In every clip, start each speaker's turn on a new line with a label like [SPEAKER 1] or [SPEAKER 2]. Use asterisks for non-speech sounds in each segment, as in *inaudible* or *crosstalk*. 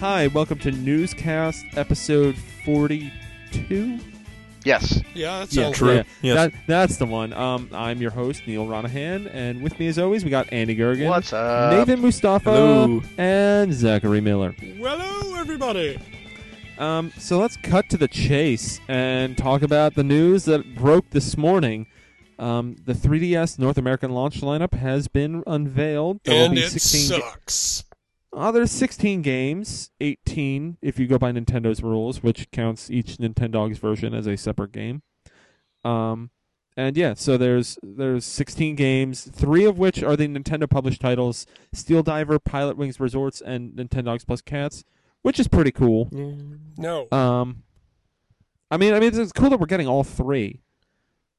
[SPEAKER 1] Hi, welcome to Newscast episode 42.
[SPEAKER 2] Yes.
[SPEAKER 3] Yeah, that
[SPEAKER 1] Yeah,
[SPEAKER 3] sounds
[SPEAKER 1] true.
[SPEAKER 3] right.
[SPEAKER 4] Yes.
[SPEAKER 1] That, that's the one. Um, I'm your host, Neil Ronahan, and with me as always, we got Andy Gergen,
[SPEAKER 2] What's up?
[SPEAKER 1] Nathan Mustafa,
[SPEAKER 4] Hello.
[SPEAKER 1] and Zachary Miller.
[SPEAKER 3] Well, hello, everybody.
[SPEAKER 1] Um, so let's cut to the chase and talk about the news that broke this morning. Um, the 3DS North American launch lineup has been unveiled. There will
[SPEAKER 3] and
[SPEAKER 1] be
[SPEAKER 3] it
[SPEAKER 1] 16 ga-
[SPEAKER 3] sucks.
[SPEAKER 1] Uh, there's 16 games, 18 if you go by Nintendo's rules, which counts each Nintendo's version as a separate game. Um, and yeah, so there's there's 16 games, three of which are the Nintendo published titles: Steel Diver, Pilot Wings Resorts, and Nintendogs Plus Cats, which is pretty cool.
[SPEAKER 3] No.
[SPEAKER 1] Um, I mean, I mean, it's, it's cool that we're getting all three,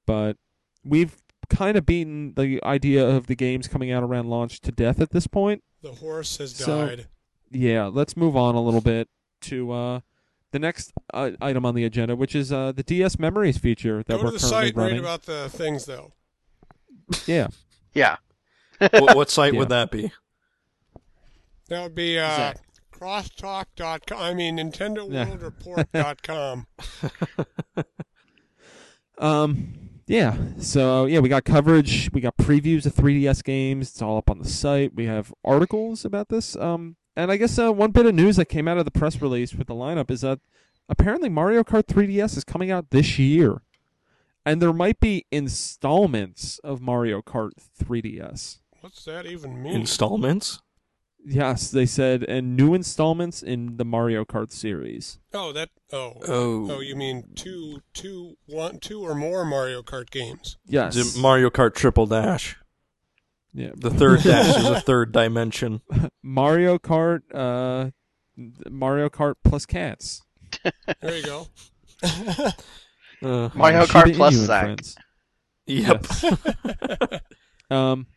[SPEAKER 1] but we've kind of beaten the idea of the games coming out around launch to death at this point.
[SPEAKER 3] the horse has
[SPEAKER 1] so-
[SPEAKER 3] died.
[SPEAKER 1] yeah, let's move on a little bit to uh, the next uh, item on the agenda, which is uh, the DS Memories feature that
[SPEAKER 3] Go
[SPEAKER 1] we're
[SPEAKER 3] to the
[SPEAKER 1] currently
[SPEAKER 3] site,
[SPEAKER 1] running.
[SPEAKER 3] read about the things, though.
[SPEAKER 1] yeah,
[SPEAKER 2] Yeah.
[SPEAKER 4] what, what site
[SPEAKER 1] Yeah.
[SPEAKER 4] would that be?
[SPEAKER 3] That would be uh,
[SPEAKER 1] Zach.
[SPEAKER 3] crosstalk.com. I mean,
[SPEAKER 1] Yeah.
[SPEAKER 3] NintendoWorldReport.com.
[SPEAKER 1] um, yeah. So yeah, we got coverage, we got previews of 3DS games. It's all up on the site. We have articles about this. Um, and I guess uh, one bit of news that came out of the press release with the lineup is that apparently Mario Kart 3DS is coming out this year, and there might be installments of Mario Kart 3DS.
[SPEAKER 3] *laughs* What's that even mean?
[SPEAKER 4] Installments?
[SPEAKER 1] Yes, they said, and new installments in the Mario Kart series.
[SPEAKER 3] oh, that. Oh.
[SPEAKER 4] Oh.
[SPEAKER 3] Oh, you mean two, two, one, two or more Mario Kart games?
[SPEAKER 1] Yes.
[SPEAKER 4] Is it Mario Kart Triple Dash.
[SPEAKER 1] yeah.
[SPEAKER 4] The third dash is a third dimension.
[SPEAKER 1] Mario Kart, uh, Mario Kart plus cats.
[SPEAKER 3] There
[SPEAKER 1] *laughs*
[SPEAKER 3] you go.
[SPEAKER 4] Uh,
[SPEAKER 2] Mario
[SPEAKER 1] Shiba
[SPEAKER 2] Kart plus
[SPEAKER 1] Inu and
[SPEAKER 2] Zack.
[SPEAKER 1] friends.
[SPEAKER 4] yep.
[SPEAKER 1] Um,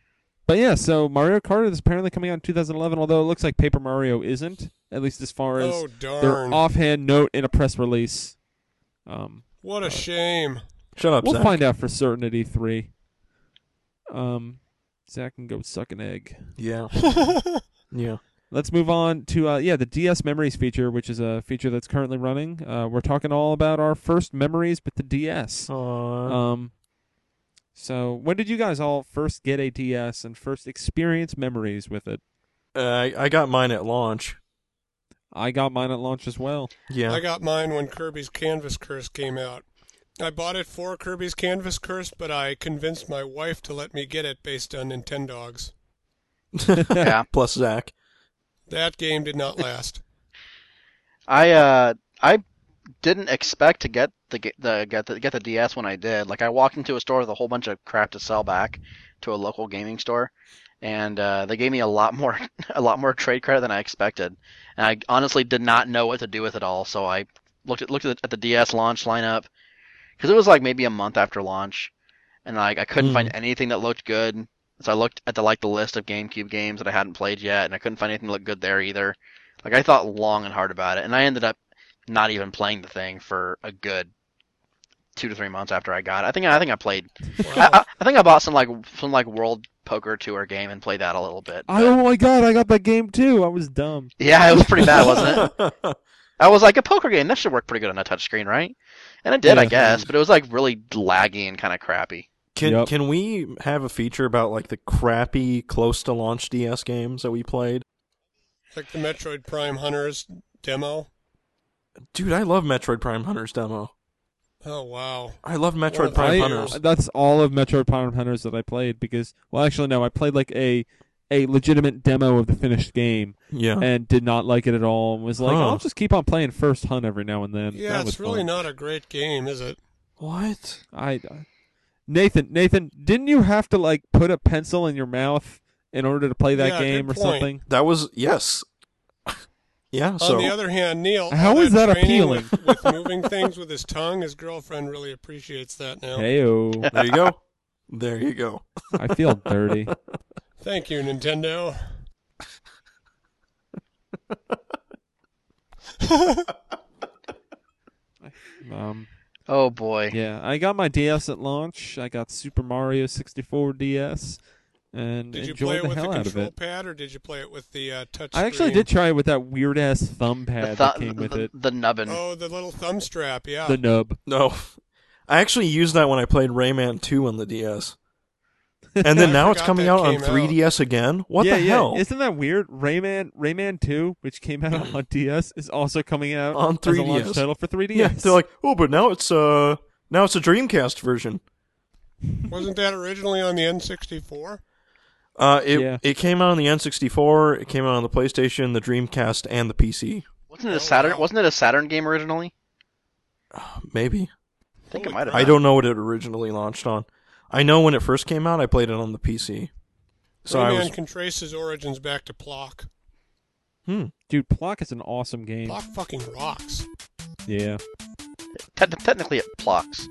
[SPEAKER 1] but yeah, so Mario Kart is apparently coming out in 2011, although it looks like Paper Mario isn't, at least as far as
[SPEAKER 3] Oh,
[SPEAKER 1] their
[SPEAKER 3] darn.
[SPEAKER 1] offhand note in a press release. Um,
[SPEAKER 3] What
[SPEAKER 1] *laughs*
[SPEAKER 3] a shame.
[SPEAKER 4] Shut up,
[SPEAKER 1] we'll
[SPEAKER 4] Zach.
[SPEAKER 1] find out for certain at E3. Um, Zach can go suck an egg.
[SPEAKER 4] Yeah. yeah.
[SPEAKER 1] Let's move on to uh, yeah the DS Memories feature, which is a feature that's currently running. Uh, we're talking all about our first memories with the DS.
[SPEAKER 4] Aw.
[SPEAKER 1] Um, so when did you guys all first get a DS and first experience memories with it?
[SPEAKER 4] Uh, I, I got mine at launch.
[SPEAKER 1] I got mine at launch as well.
[SPEAKER 4] Yeah.
[SPEAKER 3] I got mine when Kirby's Canvas Curse came out. I bought it for Kirby's Canvas Curse, but I convinced my wife to let me get it based on Nintendogs.
[SPEAKER 2] Yeah.
[SPEAKER 4] Plus Zach.
[SPEAKER 1] *laughs*
[SPEAKER 3] That game did not last.
[SPEAKER 2] I uh I didn't expect to get the ge- the get the get the DS when I did. Like I walked into a store with a whole bunch of crap to sell back to a local gaming store, and uh, they gave me a lot *laughs* more a lot more trade credit than I expected. And I honestly did not know what to do with it all. So I looked at looked at the, at the DS launch lineup because it was like maybe a month after launch, and like I couldn't
[SPEAKER 4] Mm.
[SPEAKER 2] find anything that looked good. So I looked at the like the list of GameCube games that I hadn't played yet, and I couldn't find anything that looked good there either. Like I thought long and hard about it, and I ended up not even playing the thing for a good two to three months after I got it. I think I think I played. I, I, I think I bought some like some like World Poker Tour game and played that a little bit. but-
[SPEAKER 1] Oh my god, I got that game too. I was dumb.
[SPEAKER 2] yeah, it was pretty bad, wasn't it?
[SPEAKER 4] it?
[SPEAKER 2] I was like a poker game that should work pretty good on a touchscreen, right? And it did, I
[SPEAKER 1] Yeah.
[SPEAKER 2] guess, but it was like really laggy and kind of crappy.
[SPEAKER 4] *laughs* Can
[SPEAKER 1] Yep.
[SPEAKER 4] can we have a feature about like the crappy close to launch DS games that we played?
[SPEAKER 3] Like the Metroid Prime Hunters demo.
[SPEAKER 4] Dude, I love Metroid Prime Hunter's demo.
[SPEAKER 3] Oh wow.
[SPEAKER 4] I love Metroid
[SPEAKER 3] Well,
[SPEAKER 4] Prime
[SPEAKER 1] I- uh,
[SPEAKER 4] Hunters.
[SPEAKER 1] That's all of Metroid Prime Hunters that I played because well actually no, I played like a a legitimate demo of the finished game
[SPEAKER 4] Yeah.
[SPEAKER 1] and did not like it at all and was like,
[SPEAKER 4] Huh.
[SPEAKER 1] I'll just keep on playing First Hunt every now and then.
[SPEAKER 3] Yeah,
[SPEAKER 1] That
[SPEAKER 3] it's
[SPEAKER 1] was
[SPEAKER 3] really
[SPEAKER 1] fun.
[SPEAKER 3] not a great game, is it?
[SPEAKER 4] What?
[SPEAKER 1] I I- Nathan, Nathan, didn't you have to like put a pencil in your mouth in order to play that
[SPEAKER 3] Yeah,
[SPEAKER 1] game or
[SPEAKER 3] good point.
[SPEAKER 1] something?
[SPEAKER 4] That was yes. *laughs* yeah, so
[SPEAKER 3] On the other hand, Neil,
[SPEAKER 1] How
[SPEAKER 3] all
[SPEAKER 1] is that
[SPEAKER 3] training With, with moving things with his tongue, his girlfriend really appreciates that now.
[SPEAKER 1] Heyo,
[SPEAKER 3] *laughs*
[SPEAKER 4] there you go. There you go.
[SPEAKER 1] I feel dirty.
[SPEAKER 3] Thank you, Nintendo.
[SPEAKER 1] Um,
[SPEAKER 2] Oh boy.
[SPEAKER 1] yeah, I got my DS at launch. I got Super Mario 64 DS. and
[SPEAKER 3] Did you
[SPEAKER 1] enjoyed
[SPEAKER 3] play it
[SPEAKER 1] the
[SPEAKER 3] with the
[SPEAKER 1] hell out of
[SPEAKER 3] control
[SPEAKER 1] it.
[SPEAKER 3] pad or did you play it with the uh, touch?
[SPEAKER 1] I actually
[SPEAKER 3] screen?
[SPEAKER 1] did try it with that weird ass thumb
[SPEAKER 2] The,
[SPEAKER 1] pad that
[SPEAKER 2] th-
[SPEAKER 1] came with
[SPEAKER 2] the,
[SPEAKER 1] it,
[SPEAKER 2] the nubbin.
[SPEAKER 3] Oh, the little thumb strap. Yeah.
[SPEAKER 1] the nub.
[SPEAKER 4] No. I actually used that when I played Rayman 2 on the DS. And
[SPEAKER 3] *laughs*
[SPEAKER 4] then
[SPEAKER 3] I
[SPEAKER 4] now it's
[SPEAKER 3] forgot
[SPEAKER 4] coming
[SPEAKER 3] that
[SPEAKER 4] out on
[SPEAKER 3] came out.
[SPEAKER 4] 3DS again? What
[SPEAKER 1] yeah,
[SPEAKER 4] the
[SPEAKER 1] yeah.
[SPEAKER 4] hell?
[SPEAKER 1] Isn't that weird? Rayman Rayman Two, which came out
[SPEAKER 3] *laughs*
[SPEAKER 1] on DS, is also coming out
[SPEAKER 4] On
[SPEAKER 1] as a launch
[SPEAKER 4] 3DS.
[SPEAKER 1] title for 3DS.
[SPEAKER 4] yeah, they're like, "Oh, but now it's uh now it's a Dreamcast version."
[SPEAKER 3] Wasn't that originally on the N64?
[SPEAKER 4] Uh it
[SPEAKER 1] Yeah.
[SPEAKER 4] it came out on the N64, it came out on the PlayStation, the Dreamcast and the PC.
[SPEAKER 2] Wasn't it
[SPEAKER 3] Oh,
[SPEAKER 2] a Saturn?
[SPEAKER 3] wow.
[SPEAKER 2] Wasn't it a Saturn game originally?
[SPEAKER 4] Maybe.
[SPEAKER 2] I think it
[SPEAKER 3] Holy
[SPEAKER 2] might have.
[SPEAKER 3] crap.
[SPEAKER 4] I
[SPEAKER 2] been.
[SPEAKER 4] don't know what it originally launched on. I know when it first came out, I played it on the PC. So
[SPEAKER 3] Rayman
[SPEAKER 4] I was
[SPEAKER 3] can trace his origins back to Plock.
[SPEAKER 4] hmm.
[SPEAKER 1] dude, Plock is an awesome game.
[SPEAKER 3] Plock fucking rocks.
[SPEAKER 1] Yeah.
[SPEAKER 2] Te- technically, it plucks.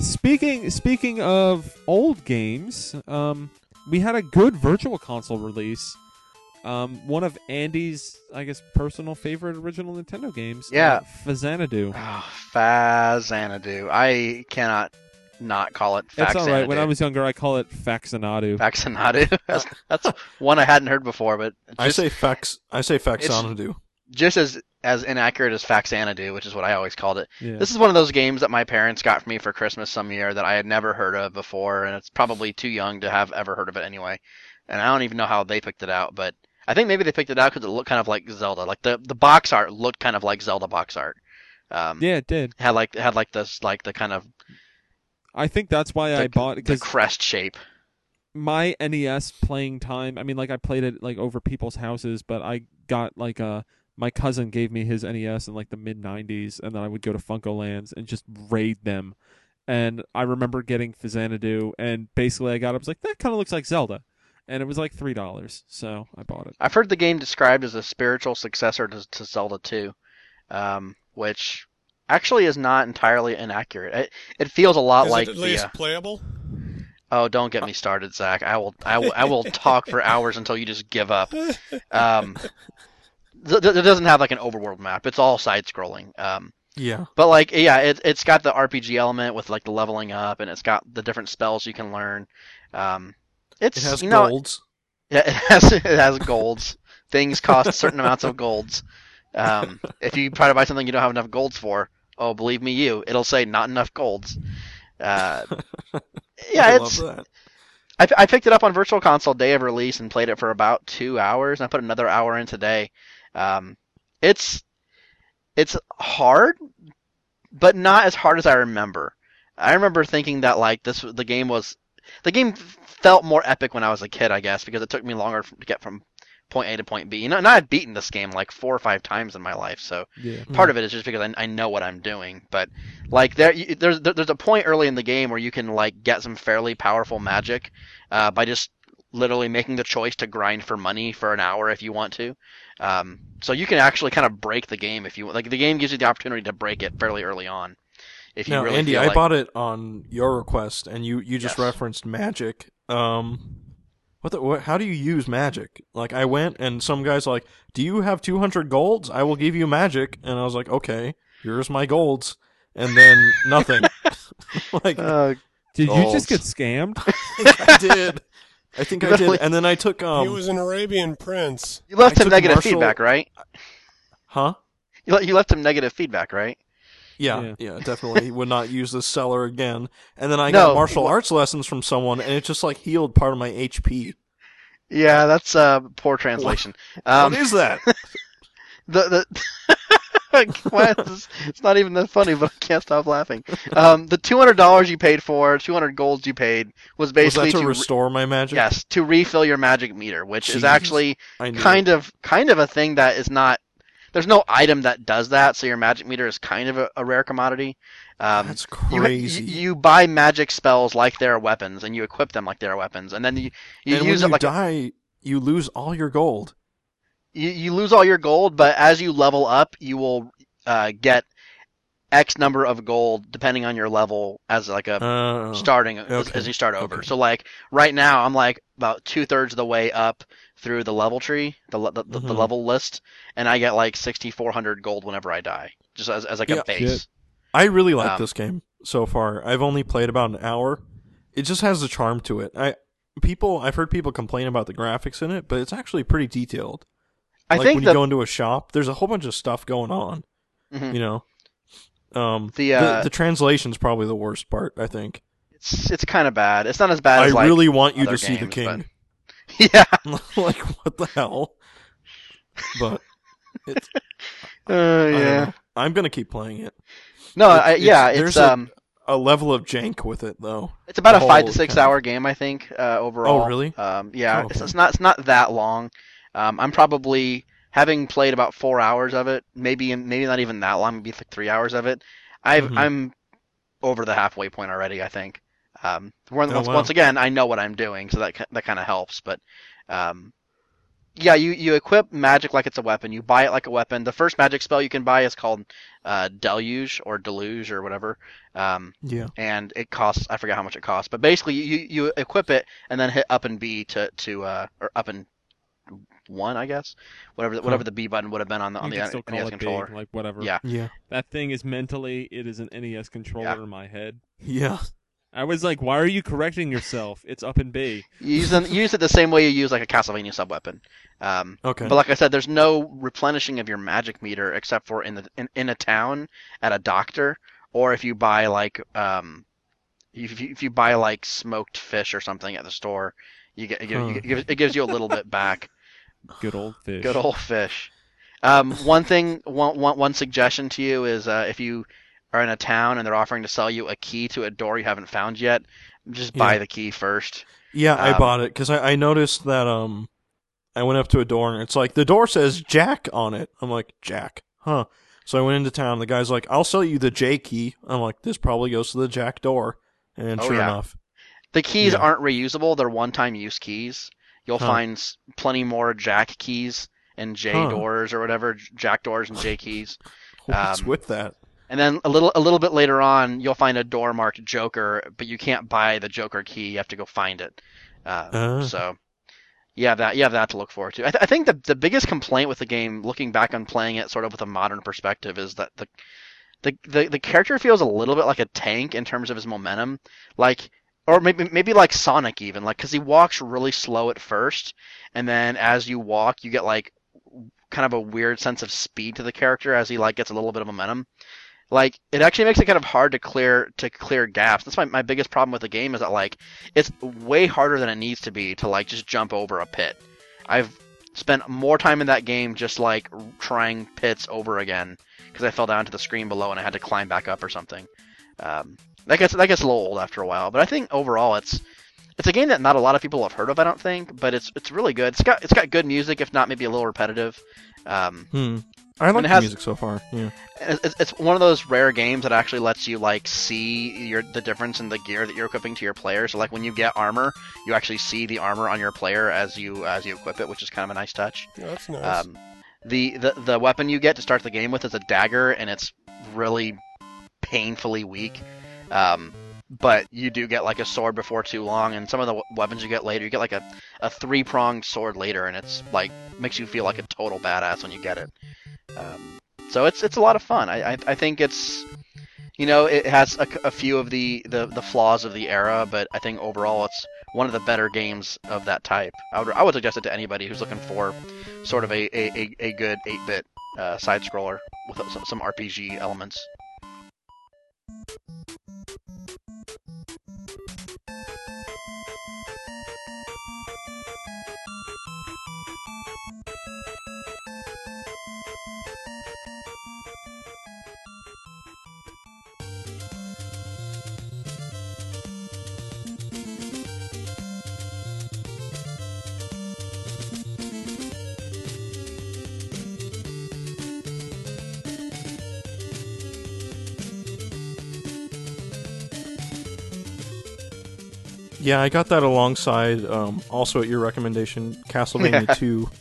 [SPEAKER 1] Speaking speaking of old games, um, we had a good Virtual Console release. Um, one of Andy's, I guess, personal favorite original Nintendo games.
[SPEAKER 2] Yeah.
[SPEAKER 1] uh, Fazanadu.
[SPEAKER 2] Oh, Fazanadu. I cannot not call it
[SPEAKER 1] That's all right. When I
[SPEAKER 2] Faxanadu.
[SPEAKER 1] was younger, I call it Faxanadu.
[SPEAKER 2] Faxanadu. *laughs* That's, that's one I hadn't heard before, but
[SPEAKER 4] I say fax. I say faxanadu.
[SPEAKER 2] just as as inaccurate as Faxanadu, which is what I always called it.
[SPEAKER 1] yeah.
[SPEAKER 2] This is one of those games that my parents got for me for Christmas some year that I had never heard of before, and it's probably too young to have ever heard of it anyway. And I don't even know how they picked it out, but I think maybe they picked it out because it looked kind of like Zelda. Like the, the box art looked kind of like Zelda box art. Um,
[SPEAKER 1] Yeah, it did.
[SPEAKER 2] Had like had like this like the kind of
[SPEAKER 1] I think that's why I
[SPEAKER 2] the-
[SPEAKER 1] bought
[SPEAKER 2] the
[SPEAKER 1] because
[SPEAKER 2] crest shape.
[SPEAKER 1] my NES playing time. I mean, like I played it like over people's houses, but I got like a my cousin gave me his NES in like the mid '90s, and then I would go to Funko Lands and just raid them. And I remember getting Fazanadu, and basically I got it. I was like, that kind of looks like Zelda, and it was like three dollars, so I bought it.
[SPEAKER 2] I've heard the game described as a spiritual successor to, to Zelda 2, um, which actually is not entirely inaccurate. It, it feels a lot
[SPEAKER 3] Is
[SPEAKER 2] like
[SPEAKER 3] it at
[SPEAKER 2] the
[SPEAKER 3] least Uh,
[SPEAKER 2] uh,
[SPEAKER 3] playable?
[SPEAKER 2] oh, don't get me started, Zach. I will I will, I will
[SPEAKER 3] *laughs*
[SPEAKER 2] talk for hours until you just give up.
[SPEAKER 3] Eh,
[SPEAKER 2] Um, th- th- it doesn't have like an overworld map. It's all side scrolling. Um,
[SPEAKER 4] Yeah.
[SPEAKER 2] but like, yeah, it, it's got the RPG element with like the leveling up, and it's got the different spells you can learn. Um, it's
[SPEAKER 4] It has
[SPEAKER 2] you know,
[SPEAKER 4] golds.
[SPEAKER 2] yeah, it has it has golds. Things cost certain amounts of golds. Um, if you try to buy something you don't have enough golds for, oh, believe me, you, it'll say not enough golds. Uh, yeah,
[SPEAKER 4] I
[SPEAKER 2] it's.
[SPEAKER 4] love that.
[SPEAKER 2] I, I picked it up on Virtual Console day of release and played it for about two hours, and I put another hour in today. Um, it's it's hard, but not as hard as I remember. I remember thinking that like this the game was the game felt more epic when I was a kid, I guess, because it took me longer to get from point A to point B. You know, and I had beaten this game like four or five times in my life, so
[SPEAKER 1] Yeah,
[SPEAKER 4] Mm.
[SPEAKER 2] part of it is just because I, I know what I'm doing. But like there, you, there's there- there's a point early in the game where you can like get some fairly powerful magic uh, by just literally making the choice to grind for money for an hour if you want to. Um, so you can actually kind of break the game if you want. Like the game gives you the opportunity to break it fairly early on. If you
[SPEAKER 4] Now,
[SPEAKER 2] really
[SPEAKER 4] Andy,
[SPEAKER 2] feel
[SPEAKER 4] I
[SPEAKER 2] like-
[SPEAKER 4] bought it on your request, and you you just
[SPEAKER 2] Yes.
[SPEAKER 4] referenced magic. Um, what the? What, how do you use magic? Like, I went, and some guys like, "Do you have two hundred golds? I will give you magic." And I was like, "Okay, here's my golds," and then
[SPEAKER 2] *laughs*
[SPEAKER 4] nothing. *laughs* like,
[SPEAKER 2] Uh.
[SPEAKER 1] did you
[SPEAKER 2] Goals.
[SPEAKER 1] just get scammed?
[SPEAKER 4] I did. I think I did.
[SPEAKER 2] Really?
[SPEAKER 4] And then I took um,
[SPEAKER 3] he was an Arabian prince.
[SPEAKER 2] you left
[SPEAKER 4] I
[SPEAKER 2] him
[SPEAKER 4] took
[SPEAKER 2] negative
[SPEAKER 4] Marshall-
[SPEAKER 2] feedback, right?
[SPEAKER 4] huh?
[SPEAKER 2] You, le- you left him negative feedback, right?
[SPEAKER 4] Yeah,
[SPEAKER 1] Yeah.
[SPEAKER 4] yeah, definitely. would not use this cellar again. And then I
[SPEAKER 2] No.
[SPEAKER 4] got martial arts lessons from someone, and it just like healed part of my HP.
[SPEAKER 2] Yeah, that's uh, poor *laughs* translation. Um,
[SPEAKER 4] what is that?
[SPEAKER 2] the *laughs* the Why is- it's not even that funny, but I can't stop laughing. Um, the two hundred dollars you paid for, two hundred golds you paid, was
[SPEAKER 4] Was
[SPEAKER 2] basically
[SPEAKER 4] that to,
[SPEAKER 2] re-
[SPEAKER 4] restore my magic?
[SPEAKER 2] yes to refill your magic meter, which is
[SPEAKER 4] Jesus.
[SPEAKER 2] actually
[SPEAKER 4] I knew
[SPEAKER 2] kind of kind of a thing that is not. There's no item that does that, so your magic meter is kind of a, a rare commodity. Um,
[SPEAKER 4] That's
[SPEAKER 2] you,
[SPEAKER 4] crazy.
[SPEAKER 2] You, you buy magic spells like they're weapons, and you equip them like they're weapons, and then you, you
[SPEAKER 4] and
[SPEAKER 2] use it
[SPEAKER 4] when you
[SPEAKER 2] like a-
[SPEAKER 4] die, you lose all your gold.
[SPEAKER 2] you, you lose all your gold, but as you level up, you will uh, get X number of gold depending on your level as like a
[SPEAKER 4] Uh,
[SPEAKER 2] starting as,
[SPEAKER 4] okay,
[SPEAKER 2] as you start over.
[SPEAKER 4] okay.
[SPEAKER 2] So like right now, I'm like about two thirds of the way up through the level tree, the le- the, the, the
[SPEAKER 4] Mhm.
[SPEAKER 2] level list, and I get like 6,400 gold whenever I die, just as, as like
[SPEAKER 4] Yeah.
[SPEAKER 2] a base.
[SPEAKER 4] I really like
[SPEAKER 2] Um,
[SPEAKER 4] this game so far. I've only played about an hour. It just has a charm to it. I people I've heard people complain about the graphics in it, but it's actually pretty detailed.
[SPEAKER 2] I
[SPEAKER 4] like
[SPEAKER 2] think
[SPEAKER 4] when
[SPEAKER 2] the
[SPEAKER 4] you go into a shop, there's a whole bunch of stuff going on.
[SPEAKER 2] Mhm.
[SPEAKER 4] You know, um,
[SPEAKER 2] The, uh,
[SPEAKER 4] the, the translation's probably the worst part. I think.
[SPEAKER 2] it's it's kind of bad. It's not as bad
[SPEAKER 4] I
[SPEAKER 2] as like
[SPEAKER 4] really want you to
[SPEAKER 2] other
[SPEAKER 4] see the
[SPEAKER 2] games,
[SPEAKER 4] king.
[SPEAKER 2] *laughs* yeah.
[SPEAKER 4] *laughs* like what the hell? But
[SPEAKER 2] Uh,
[SPEAKER 4] I
[SPEAKER 2] *laughs*
[SPEAKER 4] don't
[SPEAKER 2] yeah.
[SPEAKER 4] know. I'm gonna keep playing it.
[SPEAKER 2] No,
[SPEAKER 4] It's-
[SPEAKER 2] I,
[SPEAKER 4] it's-
[SPEAKER 2] yeah, it's
[SPEAKER 4] there's a-
[SPEAKER 2] um,
[SPEAKER 4] A level of jank with it though.
[SPEAKER 2] it's about a
[SPEAKER 4] the
[SPEAKER 2] five to
[SPEAKER 4] whole
[SPEAKER 2] six
[SPEAKER 4] kind of-
[SPEAKER 2] hour game, I think, uh, overall.
[SPEAKER 4] Oh, really?
[SPEAKER 2] Um, yeah,
[SPEAKER 4] Oh,
[SPEAKER 2] it's,
[SPEAKER 4] okay.
[SPEAKER 2] it's not it's not that long. Um, I'm probably having played about four hours of it, maybe maybe not even that long, maybe like three hours of it. I've
[SPEAKER 4] Mhm.
[SPEAKER 2] I'm over the halfway point already, I think. Um, one-
[SPEAKER 4] Oh,
[SPEAKER 2] once,
[SPEAKER 4] wow.
[SPEAKER 2] once again, I know what I'm doing, so that ki- that kind of helps. But um, yeah, you, you equip magic like it's a weapon. You buy it like a weapon. The first magic spell you can buy is called uh, Deluge or Deluge or whatever. Um,
[SPEAKER 4] Yeah.
[SPEAKER 2] and it costs I forget how much it costs, but basically you, you equip it and then hit up and B to to uh or up and one I guess whatever the,
[SPEAKER 4] Huh.
[SPEAKER 2] whatever the B button would have been on the *laughs* on
[SPEAKER 1] you
[SPEAKER 2] the
[SPEAKER 1] can still call
[SPEAKER 2] NES
[SPEAKER 1] it
[SPEAKER 2] controller.
[SPEAKER 1] big, like whatever.
[SPEAKER 2] Yeah.
[SPEAKER 4] Yeah.
[SPEAKER 1] That thing is mentally, it is an NES controller in my head.
[SPEAKER 4] Yeah.
[SPEAKER 1] I was like, why are you correcting yourself? It's up in B.
[SPEAKER 2] You use them, you use it the same way you use like a Castlevania sub weapon. Um,
[SPEAKER 4] Okay.
[SPEAKER 2] But like I said, there's no replenishing of your magic meter except for in the in, in a town at a doctor, or if you buy like um, if you, if you buy like smoked fish or something at the store, you get, you get- you
[SPEAKER 4] Huh.
[SPEAKER 2] get- it gives- it gives you a little bit back.
[SPEAKER 1] Good old fish.
[SPEAKER 2] Good old fish. Um, one thing, one, one, one suggestion to you is uh, if you are in a town and they're offering to sell you a key to a door you haven't found yet, just buy
[SPEAKER 4] Yeah.
[SPEAKER 2] the key first.
[SPEAKER 4] Yeah, I
[SPEAKER 2] Um,
[SPEAKER 4] bought it because I, I noticed that um, I went up to a door and it's like the door says Jack on it. I'm like Jack, huh? So I went into town. The guy's like, "I'll sell you the J key." I'm like, "This probably goes to the Jack door," and
[SPEAKER 2] Oh,
[SPEAKER 4] sure
[SPEAKER 2] yeah.
[SPEAKER 4] enough, *laughs*
[SPEAKER 2] The keys
[SPEAKER 4] Yeah.
[SPEAKER 2] aren't reusable; they're one-time use keys. You'll
[SPEAKER 4] Huh.
[SPEAKER 2] find s- plenty more Jack keys and J
[SPEAKER 4] Huh.
[SPEAKER 2] doors or whatever Jack doors and J keys.
[SPEAKER 4] what's
[SPEAKER 2] Um,
[SPEAKER 4] with that?
[SPEAKER 2] And then a little a little bit later on, you'll find a door marked Joker, but you can't buy the Joker key. You have to go find it. Uh,
[SPEAKER 4] Ah.
[SPEAKER 2] So you have that you have that to look forward to. I, th- I think the the biggest complaint with the game, looking back on playing it sort of with a modern perspective, is that the the the, the character feels a little bit like a tank in terms of his momentum, like. Or maybe maybe like Sonic even like because he walks really slow at first, and then as you walk, you get like kind of a weird sense of speed to the character as he like gets a little bit of momentum. Like it actually makes it kind of hard to clear to clear gaps. That's my, my biggest problem with the game is that like it's way harder than it needs to be to like just jump over a pit. I've spent more time in that game just like r- trying pits over again because I fell down to the screen below and I had to climb back up or something. Um, that gets that gets a little old after a while, but I think overall it's it's a game that not a lot of people have heard of, I don't think, but it's it's really good. It's got it's got good music, if not maybe a little repetitive. Um,
[SPEAKER 4] Hmm. I like
[SPEAKER 2] it
[SPEAKER 4] the
[SPEAKER 2] has-
[SPEAKER 4] music so far. Yeah.
[SPEAKER 2] and it's, it's one of those rare games that actually lets you like see your the difference in the gear that you're equipping to your player. So like when you get armor, you actually see the armor on your player as you as you equip it, which is kind of a nice touch.
[SPEAKER 3] Yeah, that's nice.
[SPEAKER 2] Um, the, the the weapon you get to start the game with is a dagger, and it's really painfully weak. Um, but you do get like a sword before too long, and some of the w- weapons you get later, you get like a, a three pronged sword later, and it's like makes you feel like a total badass when you get it. Um, so it's it's a lot of fun. I I, I think it's you know it has a, c- a few of the, the the flaws of the era, but I think overall it's one of the better games of that type. I would I would suggest it to anybody who's looking for sort of a a, a, a good eight bit uh, side scroller with some, some RPG elements.
[SPEAKER 4] Yeah, I got that alongside um, also at your recommendation, Castlevania Two.
[SPEAKER 2] *laughs*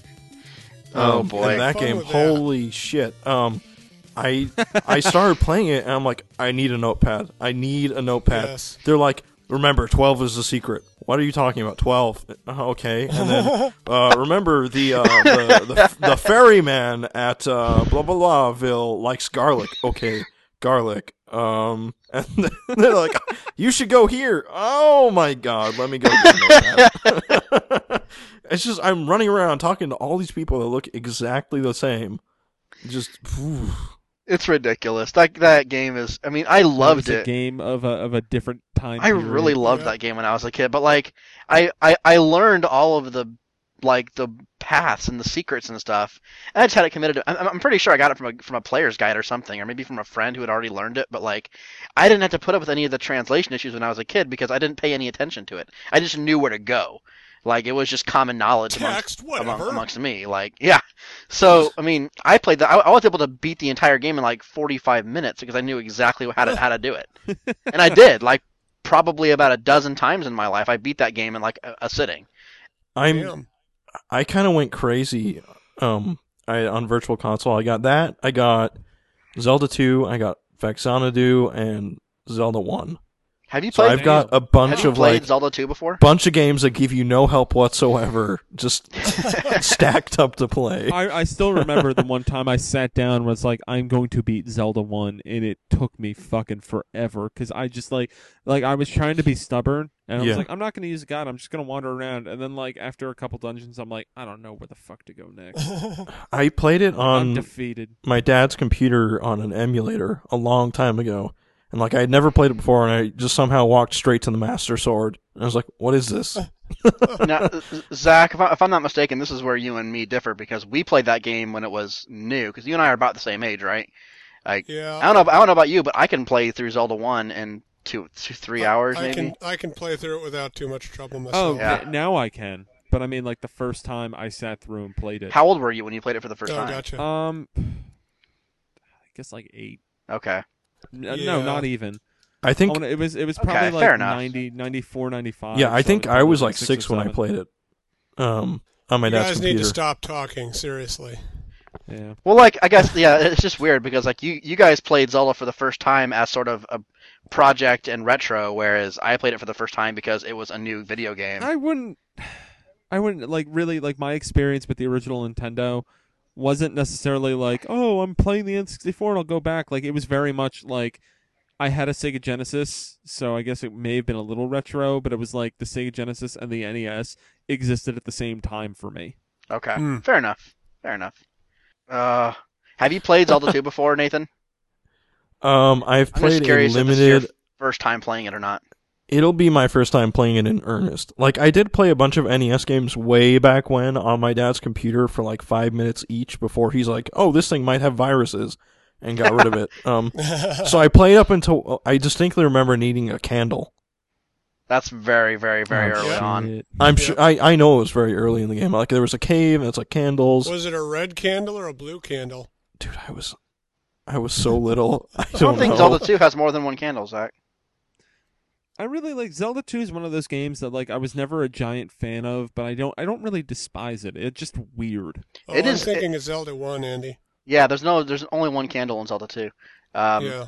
[SPEAKER 2] Oh,
[SPEAKER 4] Um,
[SPEAKER 2] boy.
[SPEAKER 4] in that
[SPEAKER 3] Fun
[SPEAKER 4] game,
[SPEAKER 3] with that.
[SPEAKER 4] holy shit! Um, I I started playing it and I'm like, I need a notepad. I need a notepad.
[SPEAKER 3] Yes.
[SPEAKER 4] They're like, remember, twelve is the secret. What are you talking about? Twelve? Uh, Okay. And
[SPEAKER 3] *laughs*
[SPEAKER 4] then uh, remember the, uh, the the the ferryman at uh, blah blah blahville likes garlic. Okay, garlic. Um, *laughs* and they're like, you should go here. Oh my god, let me go. Get a notepad. *laughs* it's just I'm running around talking to all these people that look exactly the same. Just phew.
[SPEAKER 2] It's ridiculous. That that game is. I mean, I loved
[SPEAKER 1] It's a
[SPEAKER 2] it.
[SPEAKER 1] game of a of a different time.
[SPEAKER 2] I
[SPEAKER 1] period.
[SPEAKER 2] really loved
[SPEAKER 3] Yeah.
[SPEAKER 2] that game when I was a kid. But like, I, I I learned all of the like the paths and the secrets and stuff. And I just had it committed. To, I'm, I'm pretty sure I got it from a from a player's guide or something, or maybe from a friend who had already learned it. But like, I didn't have to put up with any of the translation issues when I was a kid because I didn't pay any attention to it. I just knew where to go. Like it was just common knowledge amongst
[SPEAKER 3] Text,
[SPEAKER 2] among,
[SPEAKER 3] whatever.
[SPEAKER 2] amongst me. Like, yeah. So, I mean, I played that. I, I was able to beat the entire game in like 45 minutes because I knew exactly how to how to do it, and I did. Like, probably about a dozen times in my life, I beat that game in like a, a sitting.
[SPEAKER 4] I'm
[SPEAKER 3] Damn. *laughs*
[SPEAKER 4] I kind of went crazy um I on virtual console. I got that. I got Zelda 2, I got Vexanadu and Zelda 1.
[SPEAKER 2] Have you
[SPEAKER 4] So
[SPEAKER 2] played?
[SPEAKER 4] I've got a
[SPEAKER 2] have
[SPEAKER 4] bunch
[SPEAKER 2] you
[SPEAKER 4] of
[SPEAKER 2] played
[SPEAKER 4] like
[SPEAKER 2] Zelda 2
[SPEAKER 4] *laughs*
[SPEAKER 2] before?
[SPEAKER 4] bunch of games that give you no help whatsoever just *laughs* stacked up to play.
[SPEAKER 1] *laughs* I, I still remember the one time I sat down and was like, I'm going to beat Zelda one, and it took me fucking forever because I just like, like I was trying to be stubborn, and I
[SPEAKER 4] Yeah.
[SPEAKER 1] was like, I'm not going to use a god, I'm just going to wander around, and then like after a couple dungeons, I'm like, I don't know where the fuck to go
[SPEAKER 3] *laughs*
[SPEAKER 1] next.
[SPEAKER 4] I played it
[SPEAKER 1] I'm
[SPEAKER 4] on
[SPEAKER 1] defeated.
[SPEAKER 4] my dad's computer on an emulator a long time ago. And like I had never played it before, and I just somehow walked straight to the Master Sword. And I was like, "What is this?"
[SPEAKER 2] now, Zach, if, I, if I'm not mistaken, this is where you and me differ because we played that game when it was new. Because you and I are about the same age, right? Like,
[SPEAKER 3] Yeah.
[SPEAKER 2] I don't know. I don't know about you, but I can play through Zelda one in two, two three hours,
[SPEAKER 3] I
[SPEAKER 2] maybe.
[SPEAKER 3] can I can play through it without too much trouble
[SPEAKER 1] Oh,
[SPEAKER 3] myself.
[SPEAKER 2] Yeah.
[SPEAKER 1] n- now I can, but I mean, like the first time I sat through and played it,
[SPEAKER 2] How old were you when you played it for the first
[SPEAKER 3] oh
[SPEAKER 2] time?
[SPEAKER 3] gotcha.
[SPEAKER 1] um, I guess like eight.
[SPEAKER 2] Okay.
[SPEAKER 1] N- No,
[SPEAKER 3] Yeah.
[SPEAKER 1] not even.
[SPEAKER 4] I
[SPEAKER 1] I
[SPEAKER 4] think,
[SPEAKER 1] wanna- it was it was
[SPEAKER 2] Okay,
[SPEAKER 1] probably
[SPEAKER 2] fair
[SPEAKER 1] like
[SPEAKER 2] enough.
[SPEAKER 1] ninety, ninety four, ninety five. 94, 95.
[SPEAKER 4] yeah, I
[SPEAKER 1] so
[SPEAKER 4] think
[SPEAKER 1] probably
[SPEAKER 4] I was
[SPEAKER 1] like
[SPEAKER 4] like six
[SPEAKER 1] or
[SPEAKER 4] when I
[SPEAKER 1] seven.
[SPEAKER 4] played it, um, on my
[SPEAKER 3] you
[SPEAKER 4] dad's
[SPEAKER 3] guys
[SPEAKER 4] computer.
[SPEAKER 3] need to stop talking seriously.
[SPEAKER 1] Yeah.
[SPEAKER 2] Well, like I guess yeah, it's just weird because like you you guys played Zelda for the first time as sort of a project and retro, whereas I played it for the first time because it was a new video game.
[SPEAKER 1] I wouldn't. I wouldn't like really like my experience with the original Nintendo wasn't necessarily like, oh, I'm playing the N64 and I'll go back. Like it was very much like I had a Sega Genesis, so I guess it may have been a little retro, but it was like the Sega Genesis and the NES existed at the same time for me.
[SPEAKER 2] Okay,
[SPEAKER 3] Hmm.
[SPEAKER 2] fair enough. Fair enough. Uh, have you played Zelda
[SPEAKER 4] *laughs*
[SPEAKER 2] two before, Nathan?
[SPEAKER 4] Um, I've
[SPEAKER 2] I'm just
[SPEAKER 4] played a
[SPEAKER 2] curious if this is your
[SPEAKER 4] limited.
[SPEAKER 2] first time playing it or not.
[SPEAKER 4] It'll be my first time playing it in earnest. Like I did play a bunch of NES games way back when on my dad's computer for like five minutes each before he's like, "Oh, this thing might have viruses," and got rid
[SPEAKER 2] *laughs*
[SPEAKER 4] of it. Um, so I played up until I distinctly remember needing a candle.
[SPEAKER 2] That's very, very, very
[SPEAKER 4] Oh,
[SPEAKER 2] early
[SPEAKER 3] shit.
[SPEAKER 2] on.
[SPEAKER 4] I'm
[SPEAKER 3] Yeah.
[SPEAKER 4] sure I, I know it was very early in the game. Like there was a cave and it's like
[SPEAKER 3] *laughs*
[SPEAKER 4] candles.
[SPEAKER 3] was it a red candle or a blue candle?
[SPEAKER 4] Dude, I was I was so little. *laughs* I
[SPEAKER 2] I don't
[SPEAKER 4] don't
[SPEAKER 2] think
[SPEAKER 4] know.
[SPEAKER 2] Zelda two has more than one candle, Zach.
[SPEAKER 1] I really like Zelda 2 is one of those games that like I was never a giant fan of, but I don't I don't really despise it. It's just weird.
[SPEAKER 3] Oh,
[SPEAKER 2] It
[SPEAKER 3] I'm
[SPEAKER 2] is-
[SPEAKER 3] thinking of Zelda One, Andy.
[SPEAKER 2] Yeah, there's no, there's only one candle in Zelda two. Um,
[SPEAKER 3] yeah.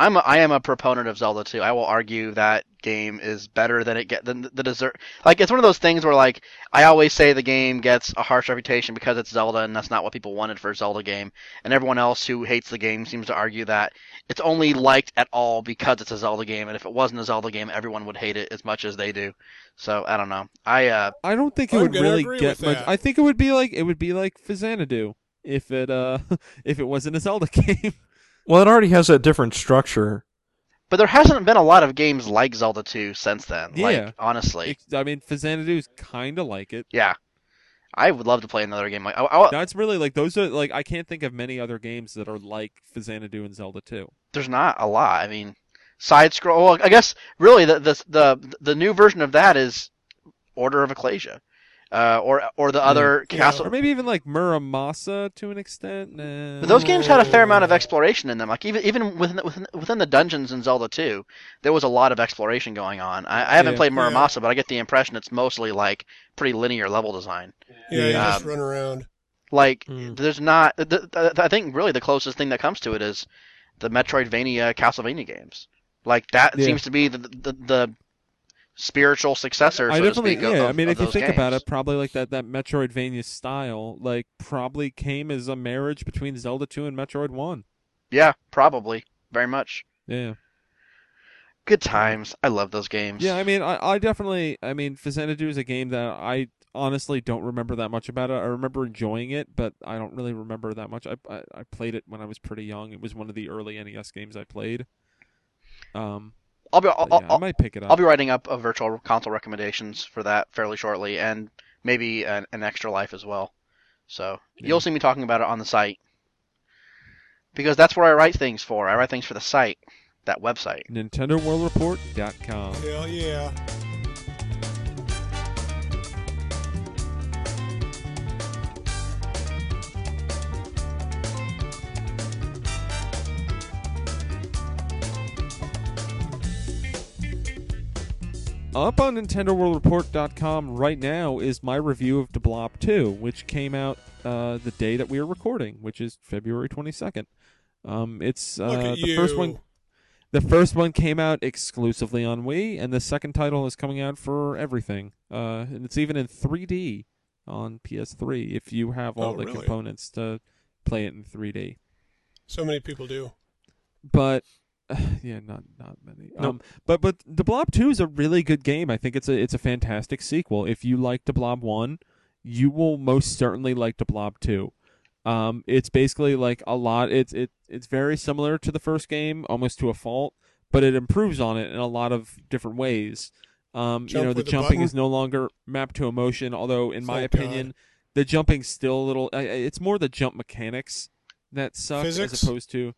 [SPEAKER 2] I'm a, I am a proponent of Zelda 2. I will argue that game is better than it get than the dessert. Like it's one of those things where like I always say the game gets a harsh reputation because it's Zelda and that's not what people wanted for a Zelda game. And everyone else who hates the game seems to argue that it's only liked at all because it's a Zelda game. And if it wasn't a Zelda game, everyone would hate it as much as they do. So I don't know. I uh
[SPEAKER 1] I don't think it
[SPEAKER 3] I'm
[SPEAKER 1] would
[SPEAKER 3] gonna
[SPEAKER 1] really
[SPEAKER 3] agree
[SPEAKER 1] get
[SPEAKER 3] with
[SPEAKER 1] much.
[SPEAKER 3] that.
[SPEAKER 1] I think it would be like it would be like Fizanadu if it uh *laughs* if it wasn't a Zelda *laughs* game.
[SPEAKER 4] Well, it already has that different structure.
[SPEAKER 2] but there hasn't been a lot of games like Zelda 2 since then.
[SPEAKER 1] Yeah.
[SPEAKER 2] Like honestly,
[SPEAKER 1] It- I mean, Fizanadu is kind of like it.
[SPEAKER 2] yeah. I would love to play another game like I, I,
[SPEAKER 1] That's really like those are like I can't think of many other games that are like Fizanadu and Zelda 2.
[SPEAKER 2] there's not a lot. I mean, side scroll. Well, I guess really the, the the the new version of that is Order of Ecclesia, uh, or or the other
[SPEAKER 3] Yeah.
[SPEAKER 2] castle.
[SPEAKER 1] Or maybe even like Muramasa to an extent. Nah.
[SPEAKER 2] But those games had a fair amount of exploration in them. Like even even within the, within, within the dungeons in Zelda 2, there was a lot of exploration going on. I, I haven't
[SPEAKER 1] Yeah.
[SPEAKER 2] played Muramasa, but I get the impression it's mostly like pretty linear level design.
[SPEAKER 3] Yeah, you
[SPEAKER 2] Yeah.
[SPEAKER 3] just run around.
[SPEAKER 2] Like,
[SPEAKER 4] Mm.
[SPEAKER 2] there's not. Th- th- th- I think really the closest thing that comes to it is the Metroidvania Castlevania games. Like that
[SPEAKER 1] Yeah.
[SPEAKER 2] seems to be the the, the spiritual successor.
[SPEAKER 1] I
[SPEAKER 2] so to
[SPEAKER 1] definitely,
[SPEAKER 2] speak, of-
[SPEAKER 1] yeah.
[SPEAKER 2] of-
[SPEAKER 1] I mean,
[SPEAKER 2] of
[SPEAKER 1] if you
[SPEAKER 2] those
[SPEAKER 1] think about
[SPEAKER 2] games.
[SPEAKER 1] it, probably like that that Metroidvania style, like probably came as a marriage between Zelda two and Metroid one.
[SPEAKER 2] yeah, probably very much.
[SPEAKER 1] Yeah.
[SPEAKER 2] Good times. I love those games.
[SPEAKER 1] Yeah, I mean, I, I definitely, I mean, Fazanadu is a game that I honestly don't remember that much about it. I remember enjoying it, but I don't really remember that much. I, I, I played it when I was pretty young. It was one of the early NES games I played. Um,
[SPEAKER 2] I'll be. I'll,
[SPEAKER 1] but
[SPEAKER 2] I'll-
[SPEAKER 1] yeah, I
[SPEAKER 2] I'll-
[SPEAKER 1] might pick it up.
[SPEAKER 2] I'll be writing up a virtual console recommendations for that fairly shortly, and maybe an, an extra life as well. So
[SPEAKER 1] Yeah.
[SPEAKER 2] you'll see me talking about it on the site because that's where I write things for. I write things for the site, that website.
[SPEAKER 1] NintendoWorldReport.com.
[SPEAKER 3] Hell yeah.
[SPEAKER 1] Up on NintendoWorldReport.com right now is my review of Blob 2, which came out uh, the day that we are recording, which is February 22nd. Um, it's uh,
[SPEAKER 3] Look at
[SPEAKER 1] the
[SPEAKER 3] you.
[SPEAKER 1] first one. The first one came out exclusively on Wii, and the second title is coming out for everything. Uh, and it's even in 3D on PS3 if you have all
[SPEAKER 3] Oh,
[SPEAKER 1] the
[SPEAKER 3] really?
[SPEAKER 1] components to play it in 3D.
[SPEAKER 3] So many people do.
[SPEAKER 1] But *sighs* yeah, not not many.
[SPEAKER 4] Nope.
[SPEAKER 1] Um, but but the Blob Two is a really good game. I think it's a it's a fantastic sequel. If you like the Blob One, you will most certainly like the Blob Two. Um, it's basically like a lot. It's it it's very similar to the first game, almost to a fault, but it improves on it in a lot of different ways. Um, you
[SPEAKER 3] Jump
[SPEAKER 1] know, the
[SPEAKER 3] with a
[SPEAKER 1] jumping
[SPEAKER 3] button? uh,
[SPEAKER 1] is no longer mapped to emotion. Although, in my
[SPEAKER 3] Thank
[SPEAKER 1] opinion,
[SPEAKER 3] God.
[SPEAKER 1] the jumping's still a little. I- I- It's more the jump mechanics that suck as
[SPEAKER 3] Physics?
[SPEAKER 1] opposed to.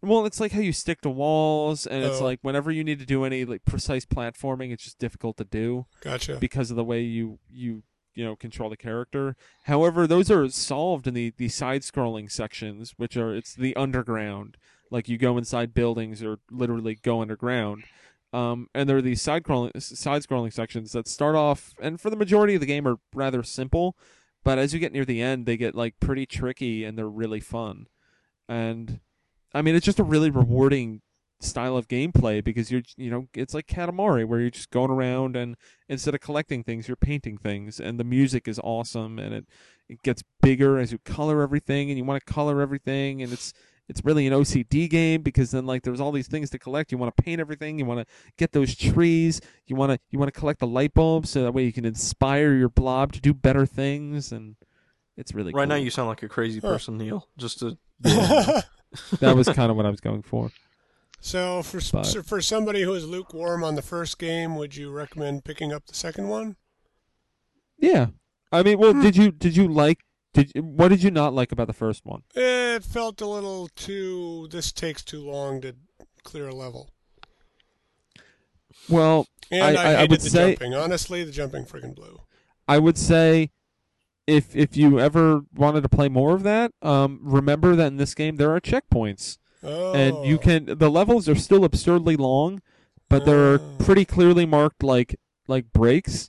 [SPEAKER 1] Well, it's like how you stick to walls, and it's
[SPEAKER 3] Oh.
[SPEAKER 1] like whenever you need to do any like precise platforming, it's just difficult to do
[SPEAKER 3] Gotcha.
[SPEAKER 1] because of the way you you you know control the character. However, those are solved in the the side scrolling sections, which are it's the underground. Like you go inside buildings or literally go underground. Um, and there are these side scrolling side scrolling sections that start off and for the majority of the game are rather simple, but as you get near the end, they get like pretty tricky and they're really fun. And I mean, it's just a really rewarding style of gameplay because you're you know it's like Katamari where you're just going around and instead of collecting things, you're painting things, and the music is awesome, and it it gets bigger as you color everything, and you want to color everything, and it's it's really an OCD game because then like there's all these things to collect. You want to paint everything, you want to get those trees, you want to you want to collect the light bulbs so that way you can inspire your blob to do better things, and it's really
[SPEAKER 4] Right now,
[SPEAKER 1] cool.
[SPEAKER 4] you sound like a crazy person, Neil. Just to
[SPEAKER 1] that
[SPEAKER 4] *laughs*
[SPEAKER 1] was kind of what I was going for.
[SPEAKER 3] *laughs* so for s
[SPEAKER 1] But-
[SPEAKER 3] so for somebody who is lukewarm on the first game, would you recommend picking up the second one?
[SPEAKER 1] Yeah, I mean, well, did you did you like did you- what did you not like about the first one?
[SPEAKER 3] Eh, It felt a little too. This takes too long to clear a level.
[SPEAKER 1] Well,
[SPEAKER 3] And
[SPEAKER 1] I-
[SPEAKER 3] I,
[SPEAKER 1] I- I
[SPEAKER 3] hated
[SPEAKER 1] would
[SPEAKER 3] the
[SPEAKER 1] say-
[SPEAKER 3] jumping. Honestly, the jumping freaking blew.
[SPEAKER 1] I would say if if you ever wanted to play more of that, um, remember that in this game there are checkpoints,
[SPEAKER 3] Oh.
[SPEAKER 1] and you can the levels are still absurdly long, but there are
[SPEAKER 3] Oh.
[SPEAKER 1] pretty clearly marked like like breaks,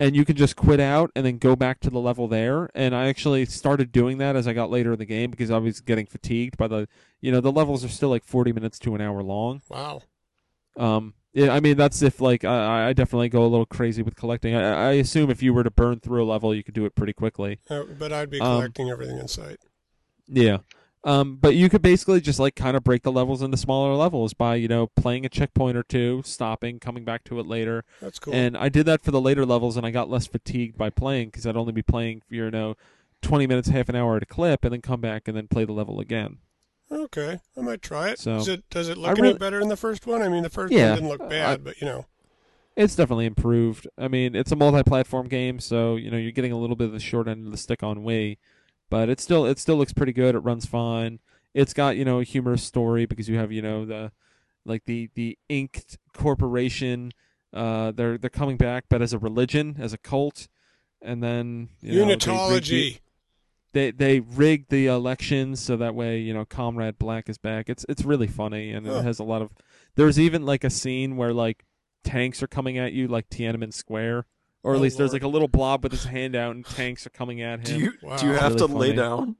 [SPEAKER 1] and you can just quit out and then go back to the level there. And I actually started doing that as I got later in the game because I was getting fatigued by the you know the levels are still like forty minutes to an hour long.
[SPEAKER 3] Wow.
[SPEAKER 1] Um, yeah, I mean that's if like I, I definitely go a little crazy with collecting. I, I assume if you were to burn through a level, you could do it pretty quickly.
[SPEAKER 3] Uh, but I'd be
[SPEAKER 1] Um,
[SPEAKER 3] collecting everything in sight.
[SPEAKER 1] Yeah. Um, but you could basically just like kind of break the levels into smaller levels by you know playing a checkpoint or two, stopping, coming back to it later,
[SPEAKER 3] That's cool.
[SPEAKER 1] and I did that for the later levels, and I got less fatigued by playing because I'd only be playing for you know twenty minutes, half an hour at a clip, and then come back and then play the level again.
[SPEAKER 3] okay, I might try it.
[SPEAKER 1] So,
[SPEAKER 3] Does it does it
[SPEAKER 1] I
[SPEAKER 3] look
[SPEAKER 1] really-
[SPEAKER 3] any better in the first one? I mean, the first
[SPEAKER 1] Yeah, Uh,
[SPEAKER 3] one didn't
[SPEAKER 1] I-
[SPEAKER 3] look bad, but you know,
[SPEAKER 1] It's definitely improved. I mean, it's a multi-platform game, so you know you're getting a little bit of the short end of the stick on Wii, but it still it still looks pretty good. It runs fine. It's got you know a humorous story because you have you know the like the the inked corporation. Uh, they're they're coming back, but as a religion, as a cult, and then you know, they rig the-
[SPEAKER 3] Unitology.
[SPEAKER 1] they they rigged the elections so that way you know Comrade Black is back. It's it's really funny and
[SPEAKER 3] Huh.
[SPEAKER 1] it has a lot of. There's even like a scene where like tanks are coming at you like Tiananmen Square Or at
[SPEAKER 3] Oh,
[SPEAKER 1] least there's
[SPEAKER 3] Lord.
[SPEAKER 1] like a little blob with his hand out and tanks are coming at
[SPEAKER 4] Do
[SPEAKER 1] him.
[SPEAKER 4] you
[SPEAKER 3] Wow.
[SPEAKER 4] do you have
[SPEAKER 1] Really
[SPEAKER 4] to lay
[SPEAKER 1] funny.
[SPEAKER 4] down?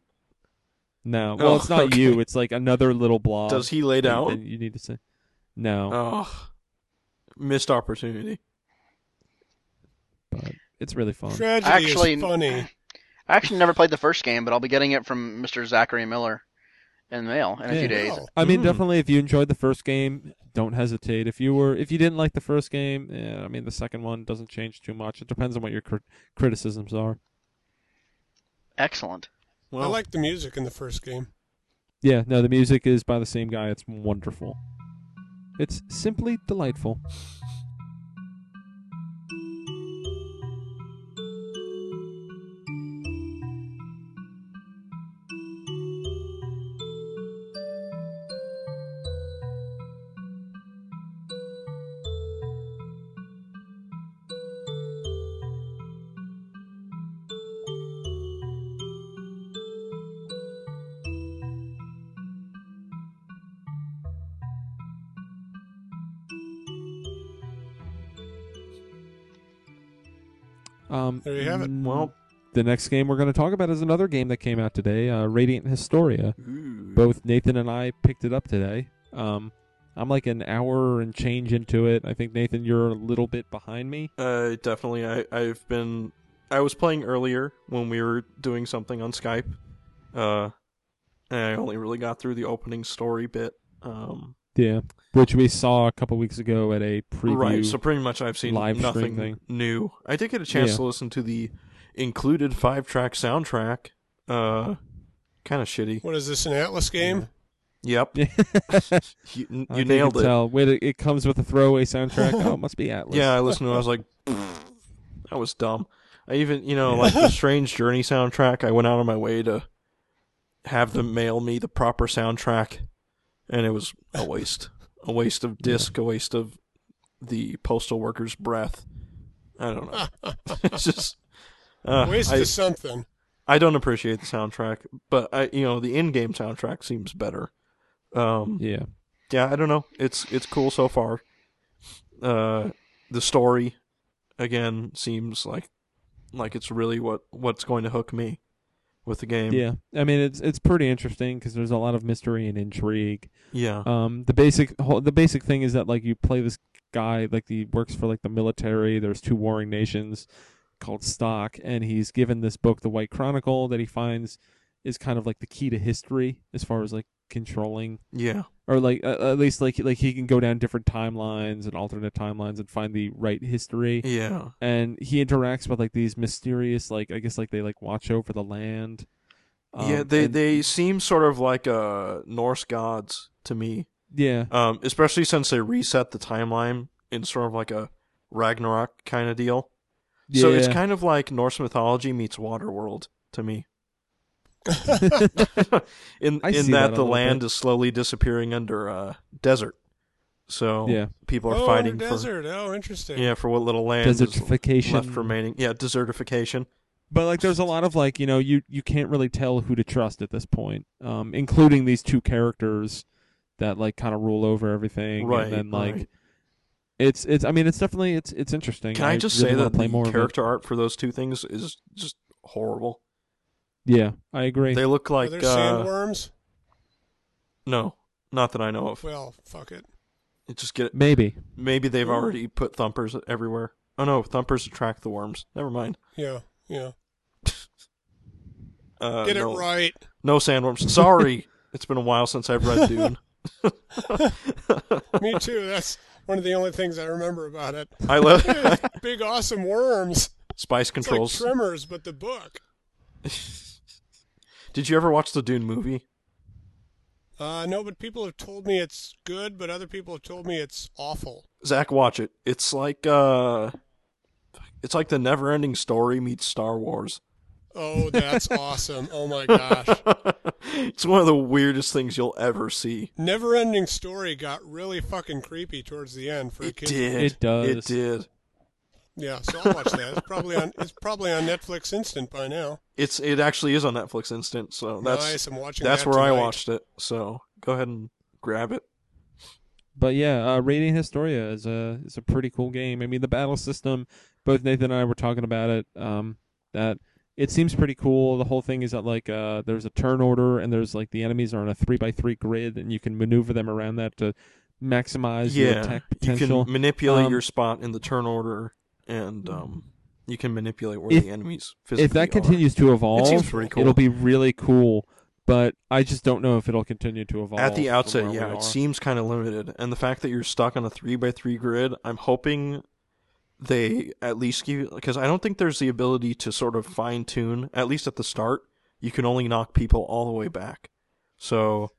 [SPEAKER 1] No. Well,
[SPEAKER 4] Oh,
[SPEAKER 1] it's not
[SPEAKER 4] okay.
[SPEAKER 1] you. It's like another little blob.
[SPEAKER 4] Does he lay
[SPEAKER 1] that-
[SPEAKER 4] down?
[SPEAKER 1] that You need to say. No.
[SPEAKER 4] Oh, missed opportunity.
[SPEAKER 1] But it's really fun.
[SPEAKER 3] Tragedy
[SPEAKER 2] Actually-
[SPEAKER 3] is funny.
[SPEAKER 2] I actually never played the first game, but I'll be getting it from Mr. Zachary Miller in the mail in a
[SPEAKER 1] Yeah.
[SPEAKER 2] few days.
[SPEAKER 3] Wow.
[SPEAKER 1] I mean,
[SPEAKER 4] Mm.
[SPEAKER 1] definitely, if you enjoyed the first game, don't hesitate. If you were, if you didn't like the first game, yeah, I mean, the second one doesn't change too much. It depends on what your cr- criticisms are.
[SPEAKER 3] *laughs*
[SPEAKER 2] Excellent.
[SPEAKER 4] Well,
[SPEAKER 3] I like the music in the first game.
[SPEAKER 1] Yeah, no, the music is by the same guy. It's wonderful. It's simply delightful. Um,
[SPEAKER 3] There you have it.
[SPEAKER 4] well.
[SPEAKER 1] the next game we're going to talk about is another game that came out today, uh, Radiant Historia. Both Nathan and I picked it up today. Um, I'm like an hour and change into it. I think Nathan, you're a little bit behind me.
[SPEAKER 4] Uh, definitely. I I've been. I was playing earlier when we were doing something on Skype. Uh, and I only really got through the opening story bit. Um,
[SPEAKER 1] Yeah, which we saw a couple weeks ago at a preview. *laughs*
[SPEAKER 4] right. So *laughs* pretty much, I've seen
[SPEAKER 1] live stream
[SPEAKER 4] nothing
[SPEAKER 1] thing.
[SPEAKER 4] new. I did get a chance
[SPEAKER 1] Yeah.
[SPEAKER 4] to listen to the included five track soundtrack. Uh, kind of shitty.
[SPEAKER 3] What is this, an Atlas game?
[SPEAKER 4] Yep.
[SPEAKER 1] Yeah.
[SPEAKER 4] You, you
[SPEAKER 1] I think
[SPEAKER 4] nailed
[SPEAKER 1] could
[SPEAKER 4] it.
[SPEAKER 1] Tell. Wait, it, it comes with a throwaway soundtrack. oh, it must be Atlas.
[SPEAKER 4] *laughs* Yeah, I listened to it. I was like, that was dumb. I even, you know, like the Strange Journey soundtrack, I went out of my way to have them mail me the proper soundtrack, and it was a waste. A waste of disc, a waste of the postal worker's breath. I don't know. *laughs* it's just. Uh,
[SPEAKER 3] Ah, Waste
[SPEAKER 4] I,
[SPEAKER 3] of something.
[SPEAKER 4] I don't appreciate the soundtrack, but I, you know, the in-game soundtrack seems better. Um,
[SPEAKER 1] Yeah.
[SPEAKER 4] yeah, I don't know. It's it's cool so far. Uh, the story again seems like like it's really what what's going to hook me with the game.
[SPEAKER 1] Yeah. I mean, it's it's pretty interesting because there's a lot of mystery and intrigue.
[SPEAKER 4] yeah,
[SPEAKER 1] Um, the basic whole, the basic thing is that like you play this guy like he works for like the military. There's two warring nations called Stock, and he's given this book, The White Chronicle, that he finds is kind of like the key to history as far as like controlling
[SPEAKER 4] yeah.
[SPEAKER 1] or like uh, at least like like he can go down different timelines and alternate timelines and find the right history.
[SPEAKER 4] yeah.
[SPEAKER 1] and he interacts with like these mysterious like i guess like they like watch over the land Um,
[SPEAKER 4] yeah, they
[SPEAKER 1] and-
[SPEAKER 4] they seem sort of like uh Norse gods to me.
[SPEAKER 1] yeah
[SPEAKER 4] Um especially since they reset the timeline in sort of like a Ragnarok kind of deal. So it's
[SPEAKER 1] Yeah.
[SPEAKER 4] kind of like Norse mythology meets Waterworld
[SPEAKER 1] *laughs*
[SPEAKER 4] to me. in
[SPEAKER 1] I
[SPEAKER 4] in
[SPEAKER 1] see that a
[SPEAKER 4] that, the
[SPEAKER 1] little
[SPEAKER 4] land
[SPEAKER 1] bit.
[SPEAKER 4] is slowly disappearing under uh, desert. So
[SPEAKER 1] yeah
[SPEAKER 4] people are
[SPEAKER 3] Oh,
[SPEAKER 4] fighting for
[SPEAKER 3] desert. Oh, interesting.
[SPEAKER 4] yeah for what little land is left
[SPEAKER 1] desertification
[SPEAKER 4] remaining. Yeah, desertification.
[SPEAKER 1] but like there's a lot of like you know you you can't really tell who to trust at this point um including these two characters that like kind of rule over everything
[SPEAKER 4] Right,
[SPEAKER 1] and then like
[SPEAKER 4] right.
[SPEAKER 1] it's it's i mean it's definitely it's it's interesting
[SPEAKER 4] Can I just
[SPEAKER 1] really
[SPEAKER 4] say
[SPEAKER 1] wanna
[SPEAKER 4] that
[SPEAKER 1] play
[SPEAKER 4] the
[SPEAKER 1] more of it.
[SPEAKER 4] character art for those two things is just horrible.
[SPEAKER 1] yeah i agree
[SPEAKER 4] They look
[SPEAKER 3] Are
[SPEAKER 4] like
[SPEAKER 3] there
[SPEAKER 4] uh,
[SPEAKER 3] sandworms?
[SPEAKER 4] no, not that I know of.
[SPEAKER 3] Well, fuck it.
[SPEAKER 4] It just get
[SPEAKER 1] maybe
[SPEAKER 4] maybe they've already put thumpers everywhere. Oh no, thumpers attract the worms. Never mind.
[SPEAKER 3] Yeah, yeah.
[SPEAKER 4] Uh,
[SPEAKER 3] Get
[SPEAKER 4] no.
[SPEAKER 3] it
[SPEAKER 4] *laughs*
[SPEAKER 3] right.
[SPEAKER 4] No sandworms. Sorry. it's been a while since I've read Dune.
[SPEAKER 3] Me too. That's one of the only things I remember about
[SPEAKER 4] *laughs*
[SPEAKER 3] it. *laughs*
[SPEAKER 4] I love
[SPEAKER 3] Big awesome worms.
[SPEAKER 4] Spice
[SPEAKER 3] It's like
[SPEAKER 4] Controls.
[SPEAKER 3] Tremors, but the book.
[SPEAKER 4] *laughs* Did you ever watch the Dune movie?
[SPEAKER 3] Uh, no, but people have told me it's good, but other people have told me it's awful.
[SPEAKER 4] Zach, watch it. It's like uh it's like the never ending story meets Star Wars. *laughs*
[SPEAKER 3] Oh, that's awesome. Oh my gosh.
[SPEAKER 4] it's one of the weirdest things you'll ever see.
[SPEAKER 3] Never ending story got really fucking creepy towards the end for a
[SPEAKER 4] It
[SPEAKER 3] kid.
[SPEAKER 4] did.
[SPEAKER 1] It does.
[SPEAKER 4] It did.
[SPEAKER 3] Yeah, so I'll watch that. It's probably on it's probably on Netflix instant by now.
[SPEAKER 4] It's it actually is on Netflix instant, so that's
[SPEAKER 3] nice, I'm watching
[SPEAKER 4] that's
[SPEAKER 3] that
[SPEAKER 4] where I
[SPEAKER 3] tonight.
[SPEAKER 4] watched it. So go ahead and grab it.
[SPEAKER 1] But yeah, uh, Radiant Historia is a is a pretty cool game. I mean, the battle system. Both Nathan and I were talking about it. Um, that it seems pretty cool. The whole thing is that like uh, there's a turn order, and there's like the enemies are on a three by three grid, and you can maneuver them around that to maximize your
[SPEAKER 4] yeah,
[SPEAKER 1] attack
[SPEAKER 4] you
[SPEAKER 1] potential.
[SPEAKER 4] can manipulate
[SPEAKER 1] Um,
[SPEAKER 4] your spot in the turn order, and um, you can manipulate where
[SPEAKER 1] If-
[SPEAKER 4] the enemies physically
[SPEAKER 1] if that
[SPEAKER 4] are.
[SPEAKER 1] continues to evolve,
[SPEAKER 4] seems pretty cool.
[SPEAKER 1] it'll be really cool. But I just don't know if it'll continue to evolve
[SPEAKER 4] At the
[SPEAKER 1] from
[SPEAKER 4] outset,
[SPEAKER 1] where we
[SPEAKER 4] yeah,
[SPEAKER 1] are.
[SPEAKER 4] it seems kind of limited, and the fact that you're stuck on a three by three grid, I'm hoping they at least give because I don't think there's the ability to sort of fine tune. At least at the start, you can only knock people all the way back. So,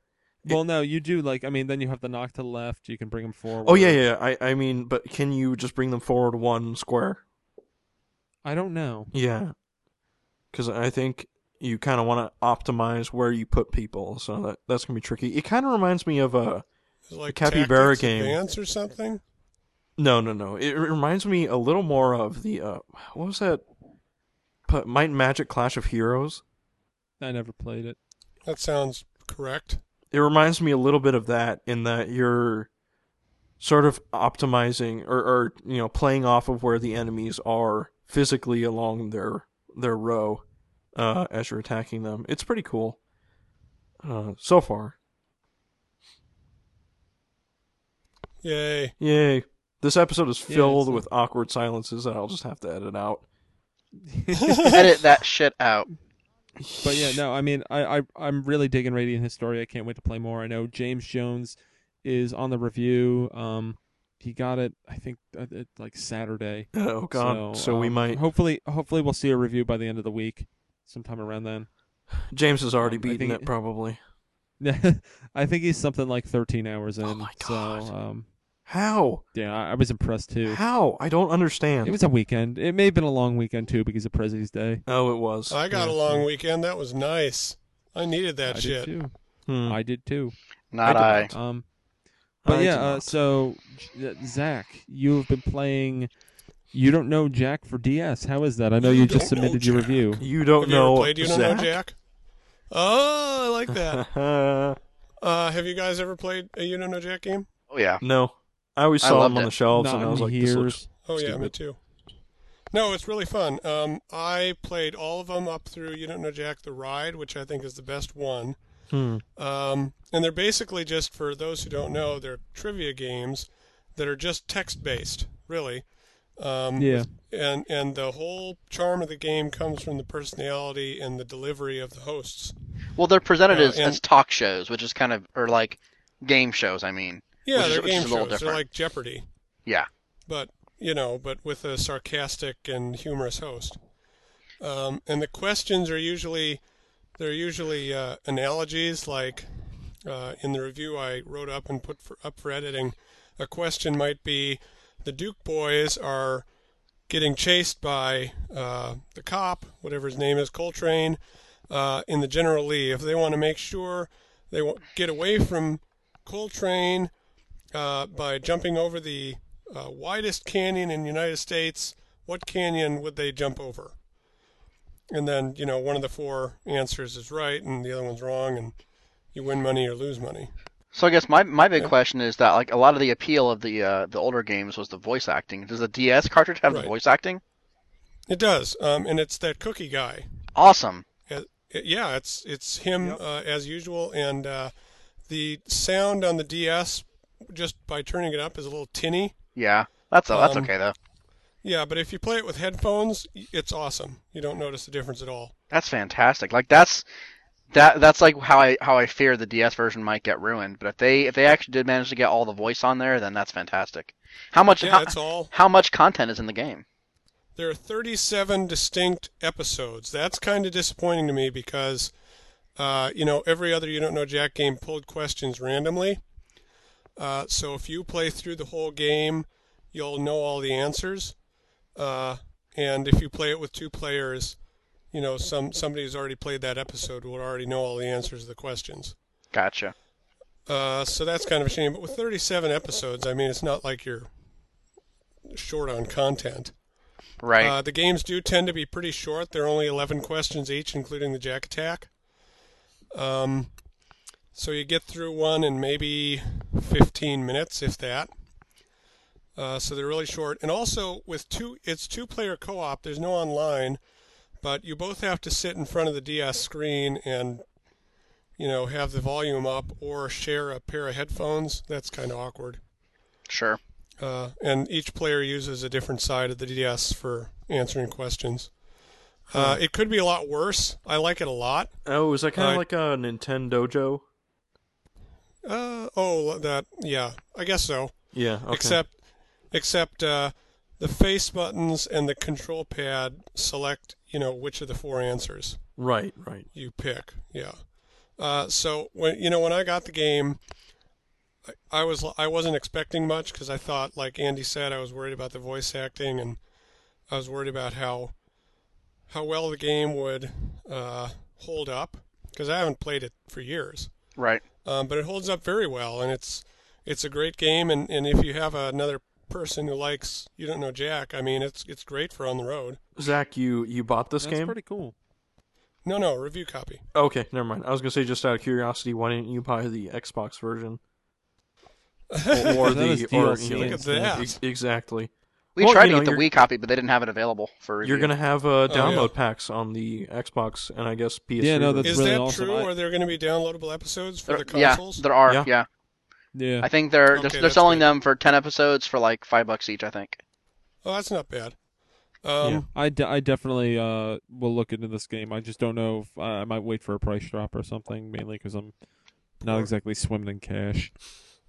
[SPEAKER 1] Well, no, you do like. I mean, then you have the knock to the left. You can bring them forward.
[SPEAKER 4] oh yeah, yeah. I I mean, but can you just bring them forward one square?
[SPEAKER 1] I don't know.
[SPEAKER 4] Yeah, because I think you kind of want to optimize where you put people, so that that's gonna be tricky. It kind of reminds me of uh, a
[SPEAKER 3] It's like
[SPEAKER 4] capybara
[SPEAKER 3] Tactics
[SPEAKER 4] game.
[SPEAKER 3] Advance or something.
[SPEAKER 4] No, no, no. It re- reminds me a little more of the uh, what was that? P- Might and Magic Clash of Heroes.
[SPEAKER 1] I never played it.
[SPEAKER 3] That sounds correct.
[SPEAKER 4] It reminds me a little bit of that in that you're sort of optimizing or, or you know playing off of where the enemies are physically along their their row uh, as you're attacking them. It's pretty cool uh, so far.
[SPEAKER 3] Yay.
[SPEAKER 4] Yay! This episode is
[SPEAKER 1] Yeah,
[SPEAKER 4] filled
[SPEAKER 1] it's-
[SPEAKER 4] with awkward silences that I'll just have to edit out.
[SPEAKER 2] Edit that shit out.
[SPEAKER 1] *laughs* But yeah, no, I mean, I, I I'm really digging Radiant Historia. I can't wait to play more. I know James Jones is on the review. Um, he got it, I think, uh, it, like Saturday.
[SPEAKER 4] *laughs* Oh god! So,
[SPEAKER 1] so,
[SPEAKER 4] we
[SPEAKER 1] um,
[SPEAKER 4] might.
[SPEAKER 1] Hopefully, hopefully we'll see a review by the end of the week, sometime around then. *laughs*
[SPEAKER 4] James has already
[SPEAKER 1] I
[SPEAKER 4] beaten
[SPEAKER 1] think-
[SPEAKER 4] it, probably.
[SPEAKER 1] I think he's something like 13 hours in.
[SPEAKER 4] Oh my God.
[SPEAKER 1] So um,
[SPEAKER 4] How?
[SPEAKER 1] yeah, I, I was impressed too.
[SPEAKER 4] How? I don't understand.
[SPEAKER 1] It was a weekend. It may have been a long weekend too because of President's Day.
[SPEAKER 4] oh, it was.
[SPEAKER 3] I got a
[SPEAKER 4] Yeah.
[SPEAKER 3] long weekend. That was nice. I needed that
[SPEAKER 1] I
[SPEAKER 3] shit.
[SPEAKER 1] did too.
[SPEAKER 4] Hmm.
[SPEAKER 1] I did too.
[SPEAKER 2] Not
[SPEAKER 4] I
[SPEAKER 2] I.
[SPEAKER 4] did
[SPEAKER 1] Um, but
[SPEAKER 4] I
[SPEAKER 1] yeah,
[SPEAKER 4] did
[SPEAKER 1] uh,
[SPEAKER 4] not.
[SPEAKER 1] so J- uh, Zach, you have been playing. You don't know Jack for DS. How is that? I know
[SPEAKER 3] You
[SPEAKER 1] you, just
[SPEAKER 3] don't know
[SPEAKER 1] submitted your
[SPEAKER 3] Jack.
[SPEAKER 1] review.
[SPEAKER 4] you don't
[SPEAKER 3] Have you
[SPEAKER 4] know.
[SPEAKER 3] ever played You Don't
[SPEAKER 4] Zach.
[SPEAKER 3] Know
[SPEAKER 4] *laughs*
[SPEAKER 3] Jack? Oh, I like that. uh, have you guys ever played a You Don't Know Jack game?
[SPEAKER 2] Oh yeah.
[SPEAKER 4] no, I always
[SPEAKER 2] I
[SPEAKER 4] saw them
[SPEAKER 2] loved
[SPEAKER 4] on
[SPEAKER 2] it.
[SPEAKER 4] the shelves,
[SPEAKER 1] Not
[SPEAKER 4] and I
[SPEAKER 1] in
[SPEAKER 4] was like, "This
[SPEAKER 1] here.
[SPEAKER 4] looks."
[SPEAKER 3] Oh yeah,
[SPEAKER 4] stupid.
[SPEAKER 3] me too. No, it's really fun. Um, I played all of them up through You Don't Know Jack the Ride, which I think is the best one.
[SPEAKER 4] Hmm.
[SPEAKER 3] Um, and they're basically just for those who don't know, they're trivia games that are just text based, really. Um,
[SPEAKER 1] Yeah.
[SPEAKER 3] And and the whole charm of the game comes from the personality and the delivery of the hosts.
[SPEAKER 2] Well, they're presented
[SPEAKER 3] Uh,
[SPEAKER 2] as,
[SPEAKER 3] and-
[SPEAKER 2] as talk shows, which is kind of or like game shows. I mean,
[SPEAKER 3] Yeah,
[SPEAKER 2] Which is-
[SPEAKER 3] they're
[SPEAKER 2] which is
[SPEAKER 3] game
[SPEAKER 2] a
[SPEAKER 3] shows.
[SPEAKER 2] little
[SPEAKER 3] They're
[SPEAKER 2] different.
[SPEAKER 3] like Jeopardy,
[SPEAKER 2] yeah.
[SPEAKER 3] but you know, but with a sarcastic and humorous host. Um, and the questions are usually they're usually uh, analogies. Like uh, in the review I wrote up and put for, up for editing, a question might be, "The Duke boys are getting chased by uh, the cop, whatever his name is, Coltrane, uh, in the General Lee. If they want to make sure they wa- get away from Coltrane uh, by jumping over the uh, widest canyon in the United States, what canyon would they jump over? And then, you know, one of the four answers is right and the other one's wrong, and you win money or lose money.
[SPEAKER 2] So I guess my my big question is that like a lot of the appeal of the uh, the older games was the voice acting. Does the DS cartridge have
[SPEAKER 3] Right.
[SPEAKER 2] the voice acting?
[SPEAKER 3] It does, um, and it's that cookie guy.
[SPEAKER 2] Awesome.
[SPEAKER 3] Uh, yeah, it's it's him uh, as usual, and uh, the sound on the DS just by turning it up is a little tinny.
[SPEAKER 2] Yeah. That's that's
[SPEAKER 3] Um,
[SPEAKER 2] okay though.
[SPEAKER 3] Yeah, but if you play it with headphones, y- it's awesome. You don't notice the difference at all.
[SPEAKER 2] That's fantastic. Like that's that that's like how I how I fear the DS version might get ruined. But if they if they actually did manage to get all the voice on there, then that's fantastic. How much
[SPEAKER 3] Yeah,
[SPEAKER 2] *laughs* how,
[SPEAKER 3] it's all.
[SPEAKER 2] how much content is in the game?
[SPEAKER 3] There are 37 distinct episodes. That's kind of disappointing to me because, uh, you know, every other You Don't Know Jack game pulled questions randomly. Uh, so if you play through the whole game, you'll know all the answers. Uh, and if you play it with two players, you know, some somebody who's already played that episode will already know all the answers to the questions.
[SPEAKER 2] Gotcha.
[SPEAKER 3] Uh, so that's kind of a shame. But with 37 episodes, I mean, it's not like you're short on content.
[SPEAKER 2] Right.
[SPEAKER 3] Uh, the games do tend to be pretty short. They're only 11 questions each, including the Jack Attack. Um, So you get through one in maybe 15 minutes, if that. Uh, so they're really short. And also with two, it's two-player co-op. There's no online, but you both have to sit in front of the DS screen and, you know, have the volume up or share a pair of headphones. That's kind of awkward.
[SPEAKER 2] Sure.
[SPEAKER 3] Uh, and each player uses a different side of the DS for answering questions. Uh, it could be a lot worse. I like it a lot.
[SPEAKER 4] Oh, is that kind of
[SPEAKER 3] Uh,
[SPEAKER 4] like a Nintendojo?
[SPEAKER 3] Uh, oh, that yeah, I guess so.
[SPEAKER 4] Yeah. Okay.
[SPEAKER 3] Except, except uh, the face buttons and the control pad select you know which of the four answers
[SPEAKER 4] right, right.
[SPEAKER 3] you pick. Yeah. Uh, so when you know when I got the game, I, I was I wasn't expecting much because I thought like Andy said I was worried about the voice acting and I was worried about how how well the game would uh, hold up because I haven't played it for years
[SPEAKER 2] Right.
[SPEAKER 3] um, but it holds up very well, and it's it's a great game. And, and if you have another person who likes you don't know Jack, I mean, it's it's great for on the road.
[SPEAKER 4] Zach, you you bought this
[SPEAKER 1] That's
[SPEAKER 4] game?
[SPEAKER 1] pretty cool.
[SPEAKER 3] No, no review copy.
[SPEAKER 4] Okay, never mind. I was gonna say just out of curiosity, why didn't you buy the Xbox version or, *laughs* or
[SPEAKER 1] That is
[SPEAKER 4] the or
[SPEAKER 1] DLC.
[SPEAKER 4] you know,
[SPEAKER 3] Look at that.
[SPEAKER 4] ex- exactly?
[SPEAKER 2] We
[SPEAKER 4] Well,
[SPEAKER 2] tried
[SPEAKER 4] you know,
[SPEAKER 2] to get the
[SPEAKER 4] you're-
[SPEAKER 2] Wii copy, but they didn't have it available for review.
[SPEAKER 4] You're gonna have uh,
[SPEAKER 3] Oh, yeah.
[SPEAKER 4] download packs on the Xbox and I guess PS3.
[SPEAKER 1] Yeah, no,
[SPEAKER 4] version.
[SPEAKER 1] That's
[SPEAKER 3] Is
[SPEAKER 1] really
[SPEAKER 3] that
[SPEAKER 1] awesome.
[SPEAKER 3] true?
[SPEAKER 1] I-
[SPEAKER 3] Are there going to be downloadable episodes for
[SPEAKER 2] There-
[SPEAKER 3] the
[SPEAKER 2] yeah,
[SPEAKER 3] consoles?
[SPEAKER 2] there are.
[SPEAKER 4] Yeah.
[SPEAKER 2] Yeah,
[SPEAKER 1] Yeah.
[SPEAKER 2] I think they're
[SPEAKER 3] Okay,
[SPEAKER 2] they're, they're
[SPEAKER 3] that's
[SPEAKER 2] selling
[SPEAKER 3] good.
[SPEAKER 2] them for ten episodes for like five bucks each. I think.
[SPEAKER 3] oh, that's not bad. Um,
[SPEAKER 4] Yeah.
[SPEAKER 1] I, de- I definitely uh, will look into this game. I just don't know if uh, I I might wait for a price drop or something, mainly because I'm not
[SPEAKER 3] Poor.
[SPEAKER 1] exactly swimming in cash.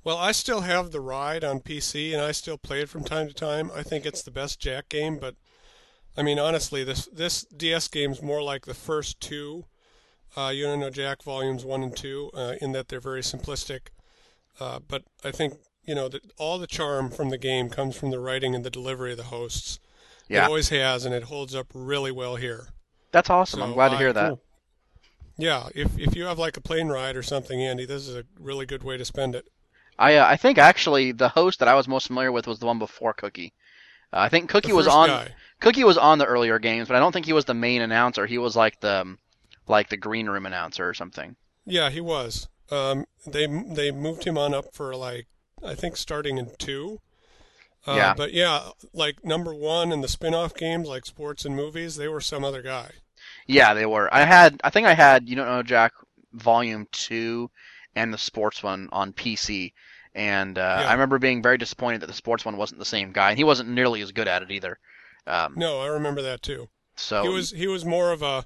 [SPEAKER 3] Well, I still have the ride on PC, and I still play it from time to time. I think it's the best Jack game, but I mean, honestly, this this DS game's more like the first two, uh, you don't know Jack volumes one and two, uh, in that they're very simplistic. Uh, but I think you know that all the charm from the game comes from the writing and the delivery of the hosts.
[SPEAKER 2] Yeah.
[SPEAKER 3] It always has, and it holds up really well here.
[SPEAKER 2] That's awesome. I'm
[SPEAKER 3] So,
[SPEAKER 2] glad to
[SPEAKER 3] uh,
[SPEAKER 2] hear that.
[SPEAKER 4] cool.
[SPEAKER 3] Yeah, if if you have like a plane ride or something, Andy, this is a really good way to spend it.
[SPEAKER 2] I uh, I think actually the host that I was most familiar with was the one before Cookie. Uh, I think
[SPEAKER 3] The
[SPEAKER 2] Cookie was
[SPEAKER 3] first
[SPEAKER 2] on
[SPEAKER 3] guy.
[SPEAKER 2] Cookie was on the earlier games, but I don't think he was the main announcer. He was like the um, like the green room announcer or something.
[SPEAKER 3] Yeah, he was. Um, they they moved him on up for like I think starting in two. Uh,
[SPEAKER 2] Yeah.
[SPEAKER 3] But yeah, like number one and the spin-off games like sports and movies, they were some other guy.
[SPEAKER 2] Yeah, they were. I had I think I had You Don't Know Jack Volume Two and the sports one on PC. And uh,
[SPEAKER 3] Yeah.
[SPEAKER 2] I remember being very disappointed that the sports one wasn't the same guy, and he wasn't nearly as good at it either. Um,
[SPEAKER 3] No, I remember that too.
[SPEAKER 2] so
[SPEAKER 3] He was he was more of a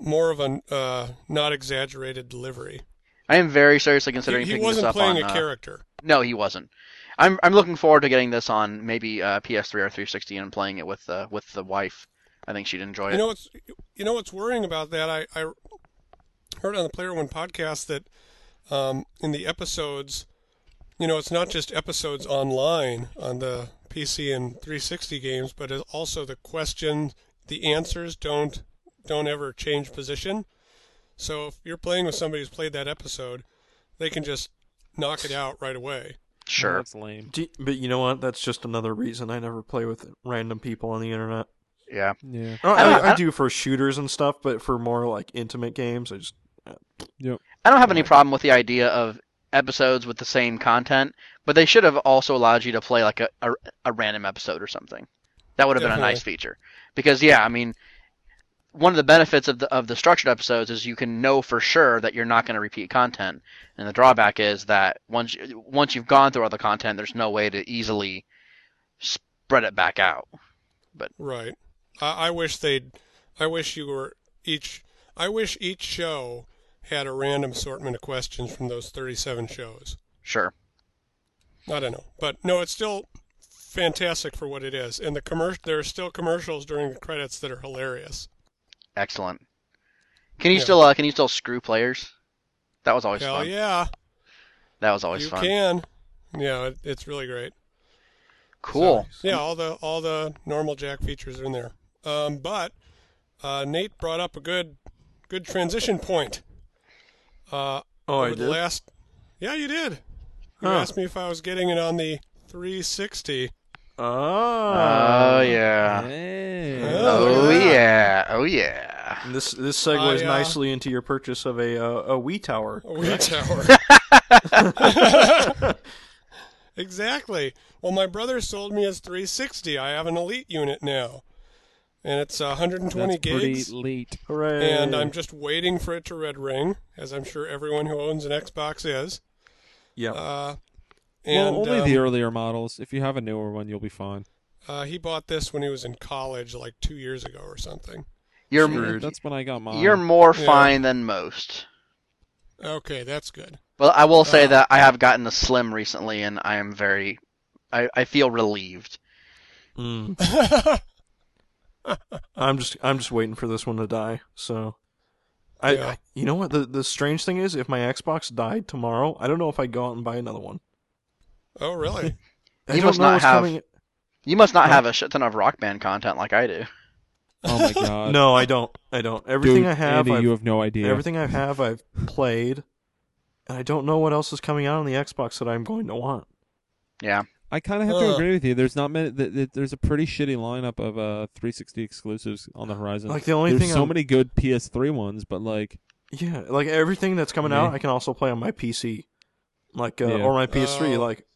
[SPEAKER 3] more of an uh, not exaggerated delivery.
[SPEAKER 2] I am very seriously
[SPEAKER 3] He,
[SPEAKER 2] considering
[SPEAKER 3] he
[SPEAKER 2] picking this
[SPEAKER 3] wasn't
[SPEAKER 2] up
[SPEAKER 3] playing
[SPEAKER 2] on.
[SPEAKER 3] a
[SPEAKER 2] uh,
[SPEAKER 3] character.
[SPEAKER 2] No, he wasn't. I'm I'm looking forward to getting this on maybe uh, PS3 or 360 and playing it with uh, with the wife. I think she'd enjoy
[SPEAKER 3] You
[SPEAKER 2] it.
[SPEAKER 3] know what's you know what's worrying about that? I, I heard on the Player One podcast that um, in the episodes, you know, it's not just episodes online on the PC and 360 games, but it also the question, the answers don't don't ever change position. So if you're playing with somebody who's played that episode, they can just knock it out right away.
[SPEAKER 1] Oh,
[SPEAKER 2] sure.
[SPEAKER 1] that's lame.
[SPEAKER 4] Do- but you know what? That's just another reason I never play with random people on the internet.
[SPEAKER 2] Yeah.
[SPEAKER 1] Yeah.
[SPEAKER 4] Oh,
[SPEAKER 2] I don't-
[SPEAKER 4] I, I,
[SPEAKER 2] I-
[SPEAKER 4] do for shooters and stuff, but for more like intimate games, I just
[SPEAKER 2] I don't have any problem with the idea of episodes with the same content, but they should have also allowed you to play like a, a, a random episode or something. That would have been a nice feature. Because yeah, I mean one of the benefits of the of the structured episodes is you can know for sure that you're not going to repeat content. And the drawback is that once you- once you've gone through all the content, there's no way to easily spread it back out.
[SPEAKER 3] Right. I, I wish they'd. I wish you were each. I wish each show had a random assortment of questions from those 37 shows.
[SPEAKER 2] Sure.
[SPEAKER 3] I don't know, but no, it's still fantastic for what it is. And the commercial. There are still commercials during the credits that are hilarious.
[SPEAKER 2] Excellent. Can you
[SPEAKER 3] Yeah.
[SPEAKER 2] still uh, can you still screw players? That was always
[SPEAKER 3] Hell
[SPEAKER 2] fun.
[SPEAKER 3] yeah,
[SPEAKER 2] That was always
[SPEAKER 3] you
[SPEAKER 2] fun.
[SPEAKER 3] can. Yeah, it, it's really great.
[SPEAKER 2] Cool.
[SPEAKER 3] Yeah, all the all the normal Jack features are in there. Um, but uh, Nate brought up a good good transition point. Uh,
[SPEAKER 4] oh, I
[SPEAKER 3] over the
[SPEAKER 4] did.
[SPEAKER 3] last. Yeah, you did. You
[SPEAKER 4] Huh.
[SPEAKER 3] asked me if I was getting it on the 360.
[SPEAKER 4] oh,
[SPEAKER 2] Oh yeah.
[SPEAKER 4] ah.
[SPEAKER 1] Hey.
[SPEAKER 3] Oh,
[SPEAKER 2] Oh
[SPEAKER 3] yeah.
[SPEAKER 2] yeah. Oh yeah. Yeah.
[SPEAKER 4] And this this segues
[SPEAKER 3] I, uh,
[SPEAKER 4] nicely into your purchase of a uh, a Wii tower.
[SPEAKER 3] A wee tower. *laughs* exactly. Well, my brother sold me his 360. I have an Elite unit now, and it's uh, 120
[SPEAKER 1] That's pretty
[SPEAKER 3] gigs.
[SPEAKER 1] late.
[SPEAKER 4] Hooray!
[SPEAKER 1] Oh.
[SPEAKER 3] And I'm just waiting for it to red ring, as I'm sure everyone who owns an Xbox is.
[SPEAKER 4] yeah.
[SPEAKER 3] Uh, and
[SPEAKER 1] well, only
[SPEAKER 3] um,
[SPEAKER 1] the earlier models. If you have a newer one, you'll be fine.
[SPEAKER 3] uh, he bought this when he was in college, like two years ago or something.
[SPEAKER 2] You're
[SPEAKER 1] Yeah, That's when I got mine.
[SPEAKER 2] you're more
[SPEAKER 3] Yeah.
[SPEAKER 2] fine than most.
[SPEAKER 3] Okay,
[SPEAKER 1] *laughs*
[SPEAKER 3] that's good.
[SPEAKER 2] But I will
[SPEAKER 4] Oh.
[SPEAKER 2] say
[SPEAKER 3] Uh.
[SPEAKER 2] that I have gotten a slim recently, and I am very, I, I feel relieved.
[SPEAKER 4] Mm.
[SPEAKER 3] Oh,
[SPEAKER 4] I'm just I'm just waiting for this one to die. So, I,
[SPEAKER 3] Yeah.
[SPEAKER 4] I you know what the the strange thing is, if my Xbox died tomorrow, I don't know if I'd go out and buy another one.
[SPEAKER 3] Oh, really?
[SPEAKER 4] I
[SPEAKER 2] You
[SPEAKER 4] don't
[SPEAKER 2] must
[SPEAKER 4] know
[SPEAKER 2] not
[SPEAKER 4] what's
[SPEAKER 2] have-
[SPEAKER 4] coming.
[SPEAKER 2] You must not have a shit ton of Rock Band content like I do.
[SPEAKER 1] oh
[SPEAKER 3] *laughs*
[SPEAKER 1] my
[SPEAKER 2] uh,
[SPEAKER 1] god.
[SPEAKER 4] No, I don't. I don't. Everything
[SPEAKER 1] Dude,
[SPEAKER 4] I have,
[SPEAKER 1] Andy,
[SPEAKER 4] I've,
[SPEAKER 1] you have no idea.
[SPEAKER 4] everything I have, I've played, and I don't know what else is coming out on the Xbox that I'm going to want.
[SPEAKER 2] Yeah.
[SPEAKER 1] I kind of have to
[SPEAKER 3] Ugh.
[SPEAKER 1] agree with you. There's not many. Th- th- there's a pretty shitty lineup of uh 360 exclusives on the horizon.
[SPEAKER 4] Like the only
[SPEAKER 1] there's
[SPEAKER 4] thing
[SPEAKER 1] so
[SPEAKER 4] I'm-
[SPEAKER 1] many good PS3 ones, but like
[SPEAKER 4] Yeah, like everything that's coming out,
[SPEAKER 1] Yeah.
[SPEAKER 4] I can also play on my PC, like uh,
[SPEAKER 1] Yeah.
[SPEAKER 4] or my PS3,
[SPEAKER 3] Oh.
[SPEAKER 4] like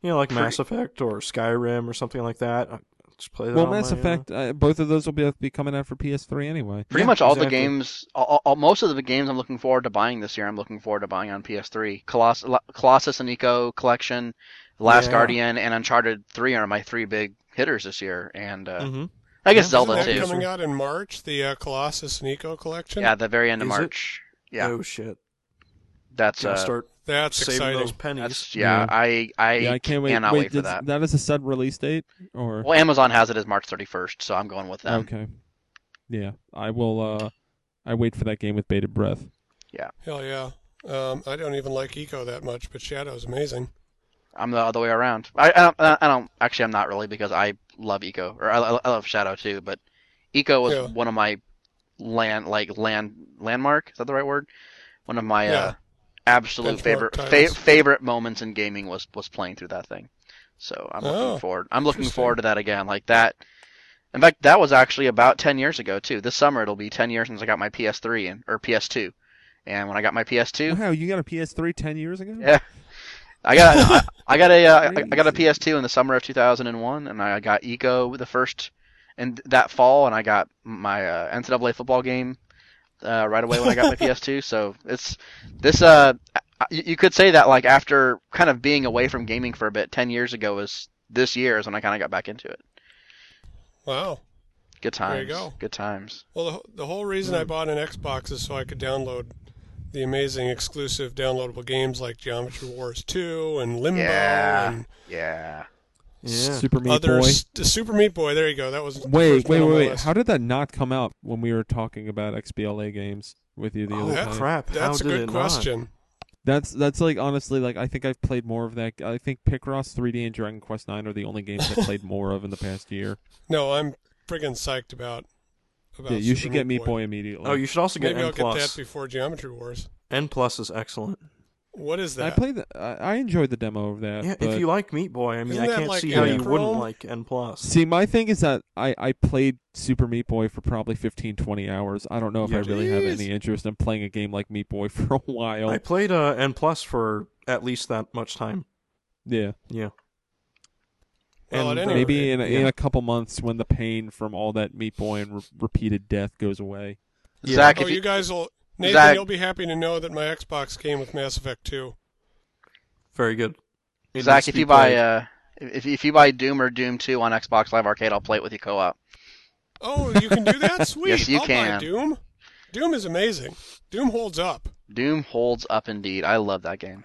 [SPEAKER 4] you know, like
[SPEAKER 2] Pretty-
[SPEAKER 4] Mass Effect or Skyrim or something like that. I just play that.
[SPEAKER 1] well,
[SPEAKER 4] on
[SPEAKER 1] Mass
[SPEAKER 4] my, uh,
[SPEAKER 1] Effect. Uh, both of those will be, be coming out for PS3 anyway.
[SPEAKER 2] Pretty
[SPEAKER 4] Yeah,
[SPEAKER 2] much all the
[SPEAKER 4] exactly.
[SPEAKER 2] games, all, all, most of the games I'm looking forward to buying this year, I'm looking forward to buying on PS3. Coloss- Lo- Colossus and Eco Collection, Last
[SPEAKER 4] Yeah.
[SPEAKER 2] Guardian, and Uncharted 3 are my three big hitters this year. And uh,
[SPEAKER 4] Mhm.
[SPEAKER 2] I guess
[SPEAKER 4] Yeah,
[SPEAKER 2] Zelda,
[SPEAKER 3] Isn't
[SPEAKER 4] it
[SPEAKER 2] too.
[SPEAKER 3] that coming out in March, the uh, Colossus and Eco collection.
[SPEAKER 2] Yeah, the very end of
[SPEAKER 4] Is it?
[SPEAKER 2] March. Yeah,
[SPEAKER 4] Oh shit!
[SPEAKER 2] that's
[SPEAKER 4] Gotta
[SPEAKER 2] uh,
[SPEAKER 4] start
[SPEAKER 3] That's
[SPEAKER 4] saving
[SPEAKER 3] exciting.
[SPEAKER 4] those pennies.
[SPEAKER 2] that's yeah,
[SPEAKER 1] Yeah.
[SPEAKER 2] I I,
[SPEAKER 1] yeah, I can't wait.
[SPEAKER 2] cannot wait, for
[SPEAKER 1] did-
[SPEAKER 2] that.
[SPEAKER 1] That is a set release date, or
[SPEAKER 2] Well, Amazon has it as March 31st, so I'm going with them.
[SPEAKER 1] okay, yeah. I will. uh I wait for that game with bated breath.
[SPEAKER 3] Hell yeah. Um, I don't even like Eco that much, but Shadow's amazing.
[SPEAKER 2] I'm the other way around. I, I don't I don't actually I'm not really because I love Eco or I, I love Shadow too, but Eco was
[SPEAKER 3] Yeah.
[SPEAKER 2] one of my land like land landmark is that the right word? One of my
[SPEAKER 3] Yeah.
[SPEAKER 2] uh, absolute
[SPEAKER 3] Benchmark
[SPEAKER 2] favorite fa-
[SPEAKER 3] titles.
[SPEAKER 2] favorite moments in gaming was was playing through that thing. So I'm
[SPEAKER 3] Oh,
[SPEAKER 2] looking forward. I'm looking
[SPEAKER 3] interesting.
[SPEAKER 2] forward to that again. Like that. In fact, that was actually about 10 years ago too. This summer it'll be 10 years since I got my PS3 and or PS2. And when I got my PS2,
[SPEAKER 1] Wow, you got a PS3 ten years ago?
[SPEAKER 2] Yeah. I got
[SPEAKER 3] *laughs*
[SPEAKER 2] I, I got a uh, I- I got a
[SPEAKER 1] Crazy.
[SPEAKER 2] PS2 in the summer of 2001, and I got Eco the first and that fall, and I got my uh, NCAA football game uh, right away when I got my
[SPEAKER 3] *laughs*
[SPEAKER 2] PS2. So it's this uh I- you you could say that like after kind of being away from gaming for a bit, ten years ago was this year is when I kind of got back into it.
[SPEAKER 3] Wow.
[SPEAKER 2] Good times.
[SPEAKER 3] There you go.
[SPEAKER 2] Good times.
[SPEAKER 3] Well, the, wh- the whole reason
[SPEAKER 1] Hmm.
[SPEAKER 3] I bought an Xbox is so I could download the amazing exclusive downloadable games like Geometry Wars 2 and Limbo
[SPEAKER 2] Yeah.
[SPEAKER 3] and
[SPEAKER 2] Yeah.
[SPEAKER 4] Yeah.
[SPEAKER 1] Super Meat
[SPEAKER 3] other
[SPEAKER 1] Boy.
[SPEAKER 3] st- Super Meat Boy. There you go. That was the
[SPEAKER 1] Wait,
[SPEAKER 3] first
[SPEAKER 1] wait,
[SPEAKER 3] one on
[SPEAKER 1] wait,
[SPEAKER 3] my
[SPEAKER 1] wait.
[SPEAKER 3] list.
[SPEAKER 1] How did that not come out when we were talking about XBLA games with you the
[SPEAKER 4] Oh
[SPEAKER 1] other
[SPEAKER 3] that-
[SPEAKER 1] time?
[SPEAKER 4] crap! How
[SPEAKER 3] That's a
[SPEAKER 4] did it
[SPEAKER 3] good
[SPEAKER 4] not?
[SPEAKER 3] question.
[SPEAKER 1] That's that's like honestly like I think I've played more of that. I think Picross 3D and Dragon Quest 9 are the only games I played more of in the past year.
[SPEAKER 3] No, I'm friggin' psyched about. about
[SPEAKER 1] yeah, you
[SPEAKER 3] Super
[SPEAKER 1] should get Meat Boy, immediately.
[SPEAKER 4] Oh, you should also get
[SPEAKER 3] Maybe I'll
[SPEAKER 4] N
[SPEAKER 3] get that
[SPEAKER 4] plus.
[SPEAKER 3] before Geometry Wars.
[SPEAKER 4] N plus is excellent.
[SPEAKER 3] What is
[SPEAKER 1] I
[SPEAKER 3] that?
[SPEAKER 1] played. The, I, I enjoyed the demo of that.
[SPEAKER 4] Yeah,
[SPEAKER 1] but-
[SPEAKER 4] if you like Meat Boy, I mean,
[SPEAKER 3] Isn't
[SPEAKER 4] I
[SPEAKER 3] that
[SPEAKER 4] can't
[SPEAKER 3] like
[SPEAKER 4] see how
[SPEAKER 1] a
[SPEAKER 4] you wouldn't
[SPEAKER 3] Chrome?
[SPEAKER 4] like N plus.
[SPEAKER 1] See, my thing is that I, I played Super Meat Boy for probably 15, 20 hours. I don't know if
[SPEAKER 4] Yeah.
[SPEAKER 1] I really have
[SPEAKER 3] Jeez.
[SPEAKER 1] any interest in playing a game like Meat Boy *laughs* for a while.
[SPEAKER 4] I played uh, N plus for at least that much time.
[SPEAKER 1] yeah,
[SPEAKER 4] Yeah.
[SPEAKER 3] Well, at
[SPEAKER 4] And,
[SPEAKER 3] any rate,
[SPEAKER 4] uh,
[SPEAKER 1] maybe in a, in
[SPEAKER 4] yeah.
[SPEAKER 1] a couple months when the pain from all that Meat Boy and re- repeated death goes away.
[SPEAKER 4] Yeah.
[SPEAKER 2] Zach,
[SPEAKER 3] Oh,
[SPEAKER 2] if
[SPEAKER 3] you
[SPEAKER 2] you,
[SPEAKER 3] guys will. Nathan,
[SPEAKER 2] Zach-
[SPEAKER 3] you'll be happy to know that my Xbox came with Mass Effect 2.
[SPEAKER 4] Very good. It needs
[SPEAKER 2] Zach,
[SPEAKER 4] to
[SPEAKER 2] if
[SPEAKER 4] be
[SPEAKER 2] you buy
[SPEAKER 4] played.
[SPEAKER 2] uh if if you buy Doom or Doom 2 on Xbox Live Arcade, I'll play it with you co-op.
[SPEAKER 3] Oh, you can
[SPEAKER 2] *laughs*
[SPEAKER 3] do that? Sweet.
[SPEAKER 2] Yes, you
[SPEAKER 3] I'll buy
[SPEAKER 2] can.
[SPEAKER 3] Doom. Doom is amazing. Doom holds up.
[SPEAKER 2] Doom holds up indeed. I love that game.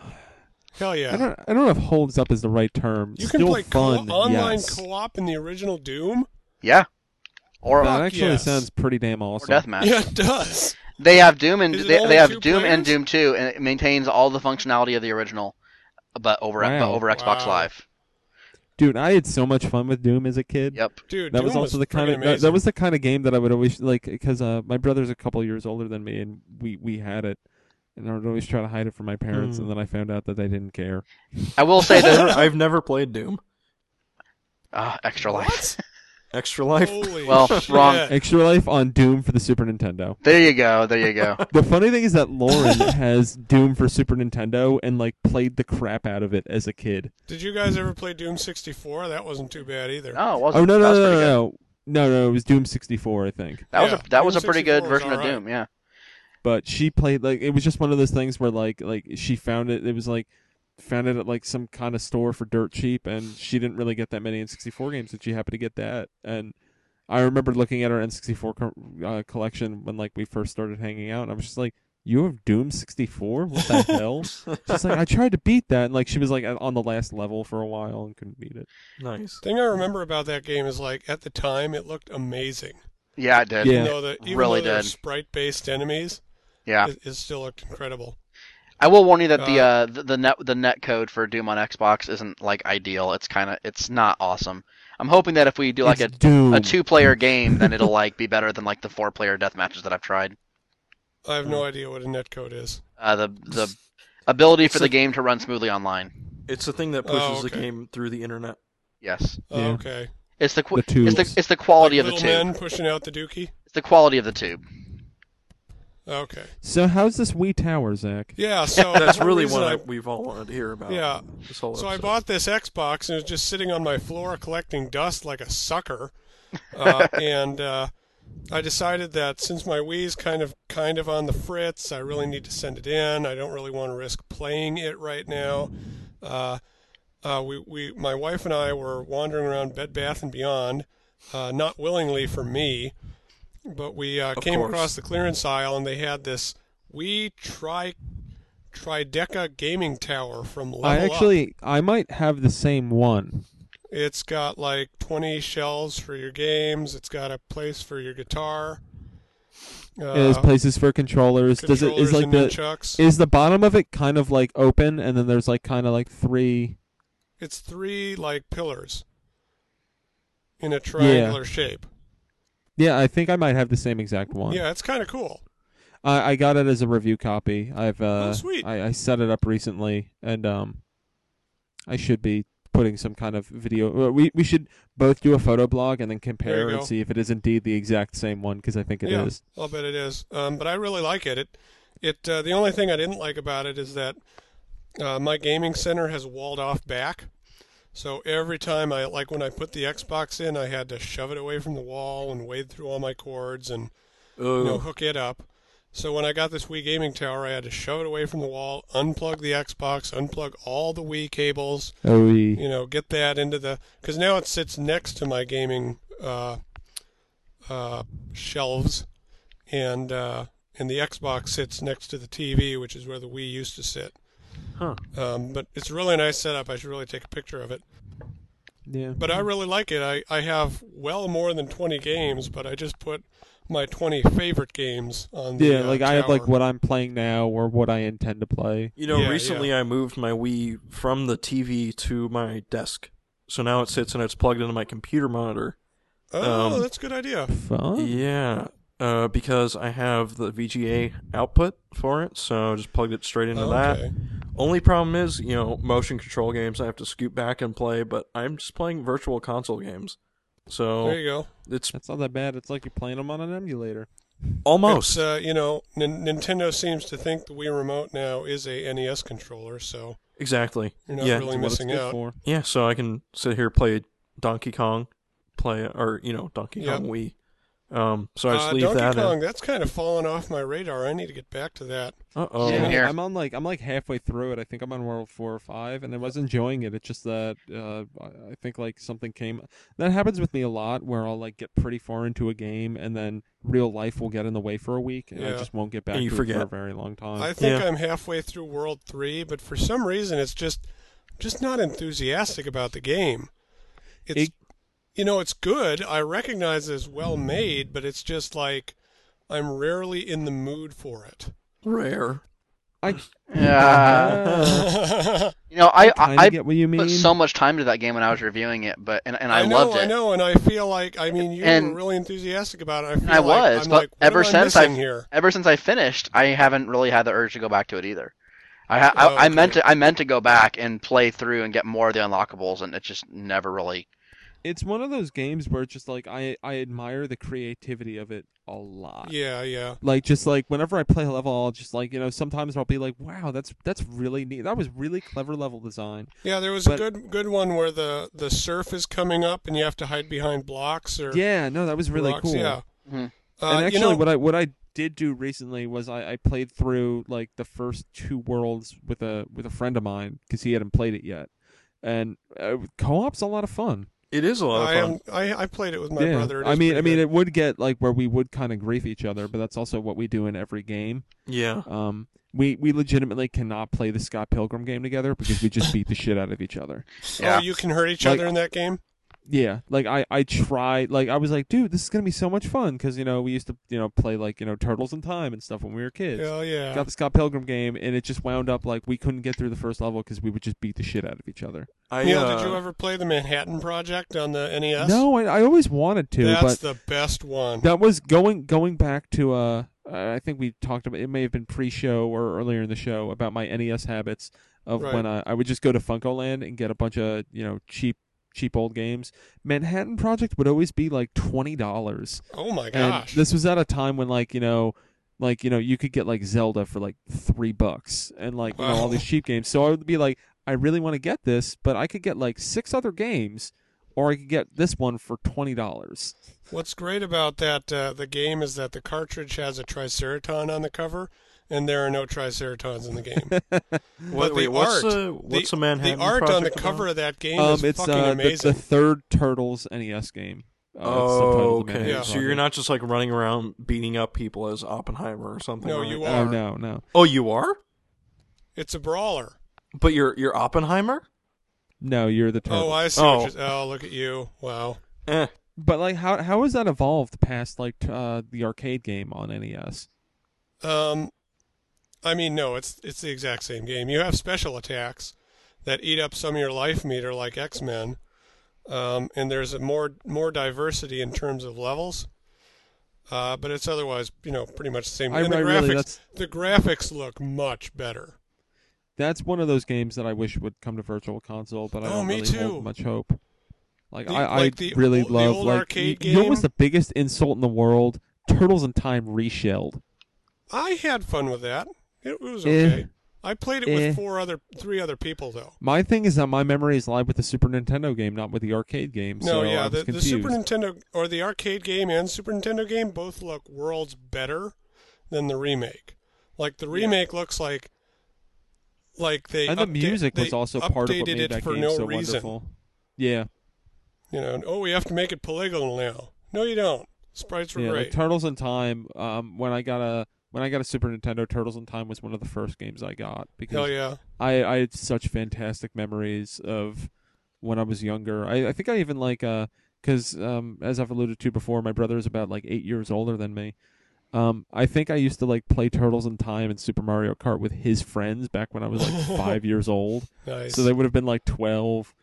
[SPEAKER 3] Hell yeah.
[SPEAKER 1] I don't. I don't know if holds up is the right term.
[SPEAKER 3] you
[SPEAKER 1] Still
[SPEAKER 3] can play co-
[SPEAKER 1] fun.
[SPEAKER 3] online
[SPEAKER 1] yes.
[SPEAKER 3] co-op in the original
[SPEAKER 2] *laughs*
[SPEAKER 3] Doom.
[SPEAKER 2] Yeah. Or,
[SPEAKER 1] That
[SPEAKER 3] Fuck
[SPEAKER 1] actually
[SPEAKER 3] yes.
[SPEAKER 1] sounds pretty damn
[SPEAKER 2] or
[SPEAKER 1] awesome.
[SPEAKER 2] Deathmatch.
[SPEAKER 3] Yeah, it does.
[SPEAKER 2] They have Doom and
[SPEAKER 3] Is it
[SPEAKER 2] they,
[SPEAKER 3] only
[SPEAKER 2] they have
[SPEAKER 3] two
[SPEAKER 2] Doom and
[SPEAKER 3] players?
[SPEAKER 2] Doom 2 and it maintains all the functionality of the original but over but
[SPEAKER 1] Wow.
[SPEAKER 2] over Xbox
[SPEAKER 3] Wow.
[SPEAKER 2] Live.
[SPEAKER 1] Dude, I had so much fun with Doom as a kid.
[SPEAKER 2] Yep.
[SPEAKER 3] Dude,
[SPEAKER 1] That
[SPEAKER 3] Doom
[SPEAKER 1] was also the kind
[SPEAKER 3] friggin'
[SPEAKER 1] of that,
[SPEAKER 3] amazing.
[SPEAKER 1] that was the kind of game that I would always like because uh, my brother's a couple years older than me and we we had it and I would always try to hide it from my parents
[SPEAKER 4] Hmm.
[SPEAKER 1] and then I found out that they didn't care.
[SPEAKER 2] I will say
[SPEAKER 1] *laughs*
[SPEAKER 4] I've *laughs* never-
[SPEAKER 2] that
[SPEAKER 4] I've never played Doom.
[SPEAKER 2] Ah, extra life. *laughs*
[SPEAKER 3] What?
[SPEAKER 4] Extra life.
[SPEAKER 3] Holy
[SPEAKER 2] Well,
[SPEAKER 3] shit.
[SPEAKER 2] wrong.
[SPEAKER 1] Extra Life on Doom for the Super Nintendo.
[SPEAKER 2] There you go. There
[SPEAKER 1] *laughs*
[SPEAKER 2] you go.
[SPEAKER 1] The funny thing is that Lauren *laughs* has Doom for Super Nintendo and like played the crap out of it as a kid.
[SPEAKER 3] Did you guys ever play Doom 64? That wasn't too bad either.
[SPEAKER 2] No, it wasn't.
[SPEAKER 1] Oh no
[SPEAKER 2] that
[SPEAKER 1] no
[SPEAKER 2] was
[SPEAKER 1] no
[SPEAKER 2] pretty
[SPEAKER 1] no
[SPEAKER 2] good.
[SPEAKER 1] no. No, no, it was Doom 64, I think.
[SPEAKER 2] That was
[SPEAKER 3] Yeah,
[SPEAKER 2] a that was a
[SPEAKER 3] Doom
[SPEAKER 2] pretty good
[SPEAKER 3] 64 was
[SPEAKER 2] version of
[SPEAKER 3] alright.
[SPEAKER 2] Doom. Yeah.
[SPEAKER 1] But she played like it was just one of those things where like like she found it. It was like found it at like some kind of store for dirt cheap, and she didn't really get that many N64 games, and she happened to get that. And I remember looking at her N64 co- uh, collection when like we first started hanging out, and I was just like, "You have Doom 64? What the hell?" She's like, "I tried to beat that," and like she was like on the last level for a while and couldn't beat it.
[SPEAKER 4] nice.
[SPEAKER 3] thing I remember about that game is like at the time it looked amazing.
[SPEAKER 2] Yeah, it did.
[SPEAKER 1] Yeah.
[SPEAKER 3] You know, the, even
[SPEAKER 2] Really
[SPEAKER 3] though they're
[SPEAKER 2] did.
[SPEAKER 3] sprite-based enemies,
[SPEAKER 2] Yeah.
[SPEAKER 3] it, it still looked incredible.
[SPEAKER 2] I will warn you that the
[SPEAKER 3] Uh,
[SPEAKER 2] uh the, the net the net code for Doom on Xbox isn't like ideal. It's kind of it's not awesome. I'm hoping that if we do like
[SPEAKER 1] It's
[SPEAKER 2] a
[SPEAKER 1] Doom.
[SPEAKER 2] a two player game, then it'll like be better than like the four player death matches that I've tried.
[SPEAKER 3] I have no idea what a netcode is.
[SPEAKER 2] Uh, the the ability for
[SPEAKER 4] So-
[SPEAKER 2] the game to run smoothly online.
[SPEAKER 4] It's the thing that pushes
[SPEAKER 3] Oh,
[SPEAKER 4] the
[SPEAKER 3] okay.
[SPEAKER 4] game through the internet.
[SPEAKER 2] Yes,
[SPEAKER 3] Oh,
[SPEAKER 1] Yeah.
[SPEAKER 3] okay.
[SPEAKER 2] it's the, qu-
[SPEAKER 1] The tubes.
[SPEAKER 2] it's the it's the quality
[SPEAKER 3] Like
[SPEAKER 2] of the
[SPEAKER 3] little
[SPEAKER 2] tube.
[SPEAKER 3] men pushing out the dookie.
[SPEAKER 2] It's the quality of the tube.
[SPEAKER 3] Okay.
[SPEAKER 1] So how's this Wii Tower, Zach?
[SPEAKER 4] *laughs*
[SPEAKER 3] Yeah. So
[SPEAKER 4] That's
[SPEAKER 3] the
[SPEAKER 4] really
[SPEAKER 3] reason
[SPEAKER 4] what I,
[SPEAKER 3] I-
[SPEAKER 4] we've all wanted to hear about.
[SPEAKER 3] Yeah.
[SPEAKER 4] This whole
[SPEAKER 3] So I
[SPEAKER 4] episode.
[SPEAKER 3] bought this Xbox and it was just sitting on my floor collecting dust like a sucker. Uh, and uh, I decided that since my Wii's kind of kind of on the fritz, I really need to send it in. I don't really want to risk playing it right now. Uh, uh, we, we my wife and I were wandering around Bed Bath and Beyond, uh, not willingly for me, but we uh, came
[SPEAKER 4] course.
[SPEAKER 3] across the clearance aisle and they had this Wii Tri Trideca gaming tower from Level
[SPEAKER 1] I
[SPEAKER 3] Up.
[SPEAKER 1] actually I might have the same one.
[SPEAKER 3] It's got like 20 shelves for your games. It's got a place for your guitar. Uh,
[SPEAKER 1] It has places for controllers.
[SPEAKER 3] controllers
[SPEAKER 1] Does it is like
[SPEAKER 3] and
[SPEAKER 1] the
[SPEAKER 3] nunchucks.
[SPEAKER 1] Is the bottom of it kind of like open, and then there's like kind of like three?
[SPEAKER 3] it's three like pillars in a triangular shape.
[SPEAKER 1] Yeah, I think I might have the same exact one.
[SPEAKER 3] Yeah, it's kind of cool.
[SPEAKER 1] I, I got it as a review copy. I've uh,
[SPEAKER 3] Oh, sweet.
[SPEAKER 1] I, I set it up recently, and um, I should be putting some kind of video. uh, We we should both do a photo blog and then compare
[SPEAKER 3] you
[SPEAKER 1] and
[SPEAKER 3] go.
[SPEAKER 1] see if it is indeed the exact same one because I think it is.
[SPEAKER 3] yeah, I'll bet it is. Um, but I really like it. It, it. Uh, the only thing I didn't like about it is that uh, my gaming center has walled off back. So every time I like when I put the Xbox in, I had to shove it away from the wall and wade through all my cords and
[SPEAKER 4] Ooh.
[SPEAKER 3] you know, hook it up. So when I got this Wii gaming tower, I had to shove it away from the wall, unplug the Xbox, unplug all the Wii cables,
[SPEAKER 1] Oh, we,
[SPEAKER 3] you know, get that into the because now it sits next to my gaming uh, uh, shelves, and uh, and the Xbox sits next to the TV, which is where the Wii used to sit.
[SPEAKER 4] Huh.
[SPEAKER 3] Um, but it's a really nice setup. I should really take a picture of it.
[SPEAKER 1] yeah.
[SPEAKER 3] But I really like it. I, I have well more than 20 games, but I just put my 20 favorite games on the
[SPEAKER 1] yeah,
[SPEAKER 3] uh,
[SPEAKER 1] like I have like
[SPEAKER 3] tower.
[SPEAKER 1] what I'm playing now or what I intend to play.
[SPEAKER 4] You know,
[SPEAKER 3] Yeah,
[SPEAKER 4] recently I moved my Wii from the TV to my desk. So now it sits and it's plugged into my computer monitor.
[SPEAKER 3] Oh,
[SPEAKER 4] um,
[SPEAKER 3] that's a good idea.
[SPEAKER 1] Fun.
[SPEAKER 4] Yeah. Uh, because I have the VGA output for it, so I just plugged it straight into that.
[SPEAKER 3] Oh, Okay.
[SPEAKER 4] Only problem is, you know, motion control games I have to scoot back and play, but I'm just playing virtual console games.
[SPEAKER 3] There
[SPEAKER 4] So
[SPEAKER 3] you go.
[SPEAKER 4] it's
[SPEAKER 1] That's not that bad. It's like you're playing them on an emulator.
[SPEAKER 4] almost
[SPEAKER 3] It's, uh, you know, N- Nintendo seems to think the Wii Remote now is a NES controller, so
[SPEAKER 4] exactly.
[SPEAKER 3] You're not
[SPEAKER 4] yeah.
[SPEAKER 1] That's
[SPEAKER 3] really-
[SPEAKER 1] what it's
[SPEAKER 3] missing
[SPEAKER 1] good
[SPEAKER 3] out.
[SPEAKER 1] for.
[SPEAKER 4] Yeah, so I can sit here play Donkey Kong, play or you know, Donkey
[SPEAKER 3] Yep.
[SPEAKER 4] Kong Wii. Um so I just
[SPEAKER 3] uh,
[SPEAKER 4] leave
[SPEAKER 3] Donkey
[SPEAKER 4] that in.
[SPEAKER 3] Kong, that's kind of fallen off my radar. I need to get back to that.
[SPEAKER 4] Uh oh.
[SPEAKER 2] Yeah, here.
[SPEAKER 1] I'm on like I'm like halfway through it. I think I'm on world four or five, and I was enjoying it. It's just that uh, I I think like something came. That happens with me a lot, where I'll like get pretty far into a game, and then real life will get in the way for a week, and I
[SPEAKER 3] Yeah.
[SPEAKER 1] just won't get back
[SPEAKER 4] And you
[SPEAKER 1] to it
[SPEAKER 4] forget.
[SPEAKER 1] for a very long time.
[SPEAKER 3] I think
[SPEAKER 4] Uh, Yeah.
[SPEAKER 3] I'm halfway through World 3, but for some reason it's just just not enthusiastic about the game. It's
[SPEAKER 1] It-
[SPEAKER 3] you know, it's good. I recognize it's well made, but it's just like I'm rarely in the mood for it.
[SPEAKER 4] Rare.
[SPEAKER 2] *laughs* Yeah.
[SPEAKER 1] Uh,
[SPEAKER 3] *laughs*
[SPEAKER 2] you know, I
[SPEAKER 1] *laughs* kinda
[SPEAKER 2] I, I
[SPEAKER 1] get what you mean.
[SPEAKER 2] put so much time to that game when I was reviewing it, but and, and I,
[SPEAKER 3] know,
[SPEAKER 2] loved it.
[SPEAKER 3] I know, and I feel like I mean you were
[SPEAKER 2] And-
[SPEAKER 3] really enthusiastic about it. I, feel
[SPEAKER 2] I
[SPEAKER 3] like,
[SPEAKER 2] was,
[SPEAKER 3] I'm
[SPEAKER 2] but
[SPEAKER 3] like, what
[SPEAKER 2] ever
[SPEAKER 3] am I
[SPEAKER 2] since
[SPEAKER 3] missing
[SPEAKER 2] I've-
[SPEAKER 3] here.
[SPEAKER 2] Ever since I finished, I haven't really had the urge to go back to it either. I ha- I,
[SPEAKER 3] Oh,
[SPEAKER 2] I
[SPEAKER 3] okay.
[SPEAKER 2] meant to I meant to go back and play through and get more of the unlockables, and it just never really.
[SPEAKER 1] It's one of those games where it's just like I I admire the creativity of it a lot.
[SPEAKER 3] Yeah, yeah.
[SPEAKER 1] Like just like whenever I play a level, I'll just like you know sometimes I'll be like, wow, that's that's really neat. That was really clever level design.
[SPEAKER 3] Yeah, there was
[SPEAKER 1] But-
[SPEAKER 3] a good good one where the, the surf is coming up and you have to hide behind blocks or
[SPEAKER 1] Yeah, no, that was really
[SPEAKER 3] rocks.
[SPEAKER 1] cool.
[SPEAKER 3] Yeah.
[SPEAKER 2] Mhm.
[SPEAKER 3] Uh,
[SPEAKER 1] and actually,
[SPEAKER 3] you know,
[SPEAKER 1] what I what I did do recently was I, I played through like the first two worlds with a with a friend of mine because he hadn't played it yet, and uh, co-op's a lot of fun.
[SPEAKER 4] It is a lot
[SPEAKER 3] I,
[SPEAKER 4] of fun.
[SPEAKER 3] am, I I played it with my
[SPEAKER 1] yeah,
[SPEAKER 3] brother. It
[SPEAKER 1] I
[SPEAKER 3] is
[SPEAKER 1] mean, I
[SPEAKER 3] pretty
[SPEAKER 1] mean,
[SPEAKER 3] good.
[SPEAKER 1] it would get like where we would kind of grief each other, but that's also what we do in every game.
[SPEAKER 4] yeah.
[SPEAKER 1] Um, we we legitimately cannot play the Scott Pilgrim game together because we just beat the shit out of each other.
[SPEAKER 2] Yeah.
[SPEAKER 3] Oh, you can hurt each
[SPEAKER 1] Like-
[SPEAKER 3] other in that game.
[SPEAKER 1] Yeah, like I I tried like I was like, dude, this is gonna be so much fun because you know we used to you know play like you know Turtles in Time and stuff when we were kids.
[SPEAKER 3] Oh yeah.
[SPEAKER 1] got the Scott Pilgrim game, and it just wound up like we couldn't get through the first level because we would just beat the shit out of each other.
[SPEAKER 4] I,
[SPEAKER 3] Neil,
[SPEAKER 4] uh,
[SPEAKER 3] did you ever play the Manhattan Project on the NES?
[SPEAKER 1] No, I, I always wanted to,
[SPEAKER 3] that's
[SPEAKER 1] but
[SPEAKER 3] the best one.
[SPEAKER 1] that was going going back to uh, I think we talked about it may have been pre-show or earlier in the show about my NES habits of
[SPEAKER 3] Right.
[SPEAKER 1] when I, I would just go to Funko Land and get a bunch of you know cheap cheap old games. Manhattan Project would always be like twenty dollars.
[SPEAKER 3] oh my
[SPEAKER 1] and
[SPEAKER 3] gosh.
[SPEAKER 1] this was at a time when like you know like you know you could get like zelda for like three bucks and like you know all
[SPEAKER 3] Wow.
[SPEAKER 1] these cheap games so i would be like i really want to get this but i could get like six other games or i could get this one for twenty dollars
[SPEAKER 3] What's great about that uh, the game is that the cartridge has a Triceraton on the cover, and there are no Triceratons in the *laughs* game.
[SPEAKER 4] What,
[SPEAKER 3] the
[SPEAKER 4] *laughs* wait, what's
[SPEAKER 3] art-
[SPEAKER 4] a what's a Manhattan
[SPEAKER 3] the art on the
[SPEAKER 4] Project
[SPEAKER 3] cover
[SPEAKER 4] about?
[SPEAKER 3] of that game
[SPEAKER 1] um
[SPEAKER 3] is
[SPEAKER 1] it's
[SPEAKER 3] fucking
[SPEAKER 1] uh, the,
[SPEAKER 3] amazing.
[SPEAKER 1] the third turtles nes game uh, it's
[SPEAKER 4] Oh,
[SPEAKER 1] subtitled The
[SPEAKER 4] okay.
[SPEAKER 1] Manhattan
[SPEAKER 3] Yeah.
[SPEAKER 4] So you're
[SPEAKER 1] Project.
[SPEAKER 4] not just like running around beating up people as Oppenheimer or something.
[SPEAKER 3] No,
[SPEAKER 4] right?
[SPEAKER 3] you
[SPEAKER 1] oh
[SPEAKER 3] are.
[SPEAKER 1] no no
[SPEAKER 4] Oh, you are.
[SPEAKER 3] It's a brawler.
[SPEAKER 4] But you're you're Oppenheimer.
[SPEAKER 1] no you're the turtle
[SPEAKER 3] Oh, I see.
[SPEAKER 4] Oh.
[SPEAKER 3] Oh. oh, look at you! Wow.
[SPEAKER 4] Eh.
[SPEAKER 1] but like how how has that evolved past like t- uh the arcade game on E nes
[SPEAKER 3] Um, I mean, no, it's it's the exact same game. You have special attacks that eat up some of your life meter, like X Men, um, and there's a more more diversity in terms of levels. Uh, but it's otherwise, you know, pretty much the same.
[SPEAKER 1] I-
[SPEAKER 3] and the
[SPEAKER 1] I
[SPEAKER 3] graphics,
[SPEAKER 1] really- that's-
[SPEAKER 3] the graphics look much better.
[SPEAKER 1] that's one of those games that I wish would come to Virtual Console, but I
[SPEAKER 3] Oh,
[SPEAKER 1] don't
[SPEAKER 3] me
[SPEAKER 1] really
[SPEAKER 3] too.
[SPEAKER 1] hold much hope. Like
[SPEAKER 3] The-
[SPEAKER 1] I,
[SPEAKER 3] like
[SPEAKER 1] I
[SPEAKER 3] the
[SPEAKER 1] really
[SPEAKER 3] old- the
[SPEAKER 1] love
[SPEAKER 3] old
[SPEAKER 1] like
[SPEAKER 3] arcade
[SPEAKER 1] y- you know what's
[SPEAKER 3] game?
[SPEAKER 1] the biggest insult in the world? Turtles in Time reshelled.
[SPEAKER 3] I had fun with that. It was
[SPEAKER 1] Eh.
[SPEAKER 3] okay. I played it
[SPEAKER 1] Eh.
[SPEAKER 3] with four other, three other people though.
[SPEAKER 1] My thing is that my memory is live with the Super Nintendo game, not with the arcade game.
[SPEAKER 3] No,
[SPEAKER 1] so I
[SPEAKER 3] yeah,
[SPEAKER 1] was
[SPEAKER 3] the, the
[SPEAKER 1] confused.
[SPEAKER 3] Super Nintendo or the arcade game and Super Nintendo game both look worlds better than the remake. Like the remake looks like like they
[SPEAKER 1] and the
[SPEAKER 3] upda-
[SPEAKER 1] music
[SPEAKER 3] they
[SPEAKER 1] was also part of
[SPEAKER 3] updated
[SPEAKER 1] what made
[SPEAKER 3] it
[SPEAKER 1] that
[SPEAKER 3] for
[SPEAKER 1] game
[SPEAKER 3] no
[SPEAKER 1] so
[SPEAKER 3] reason.
[SPEAKER 1] wonderful. Yeah,
[SPEAKER 3] You know, and, oh, we have to make it polygonal now. No, you don't. Sprites were
[SPEAKER 1] yeah. Like
[SPEAKER 3] great.
[SPEAKER 1] Turtles in Time. Um, when I got a when I got a Super Nintendo, Turtles in Time was one of the first games I got because
[SPEAKER 3] Hell yeah!
[SPEAKER 1] I, I had such fantastic memories of when I was younger. I, I think I even like uh 'cause um as I've alluded to before, my brother is about like eight years older than me. Um, I think I used to like play Turtles in Time and Super Mario Kart with his friends back when I was
[SPEAKER 3] *laughs*
[SPEAKER 1] like five years old.
[SPEAKER 3] Nice.
[SPEAKER 1] So they would have been like twelve.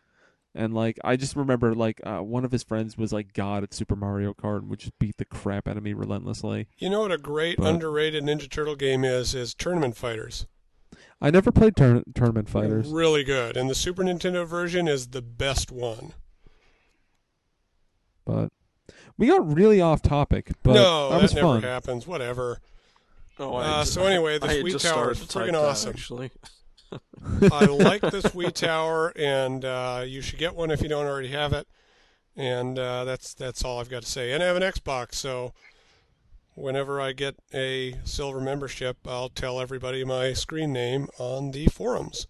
[SPEAKER 1] And like I just remember like uh, one of his friends was like God at Super Mario Kart and would just beat the crap out of me relentlessly.
[SPEAKER 3] you know what a great
[SPEAKER 1] But-
[SPEAKER 3] underrated Ninja Turtle game is is Tournament Fighters.
[SPEAKER 1] I never played tourna- tournament
[SPEAKER 3] They're
[SPEAKER 1] fighters.
[SPEAKER 3] Really good, and the Super Nintendo version is the best one.
[SPEAKER 1] but we got really off topic. But
[SPEAKER 3] no,
[SPEAKER 1] that
[SPEAKER 3] that,
[SPEAKER 1] was
[SPEAKER 3] never
[SPEAKER 1] fun.
[SPEAKER 3] happens. Whatever.
[SPEAKER 4] Oh,
[SPEAKER 3] Uh, so anyway, the
[SPEAKER 4] I had
[SPEAKER 3] Sweet
[SPEAKER 4] just
[SPEAKER 3] Tower is
[SPEAKER 4] started to type
[SPEAKER 3] friggin'
[SPEAKER 4] that,
[SPEAKER 1] *laughs*
[SPEAKER 3] awesome.
[SPEAKER 4] Actually,
[SPEAKER 3] I like this Wii Tower, and uh, you should get one if you don't already have it. And uh, that's that's all I've got to say. And I have an Xbox, so whenever I get a silver membership, I'll tell everybody my screen name on the forums.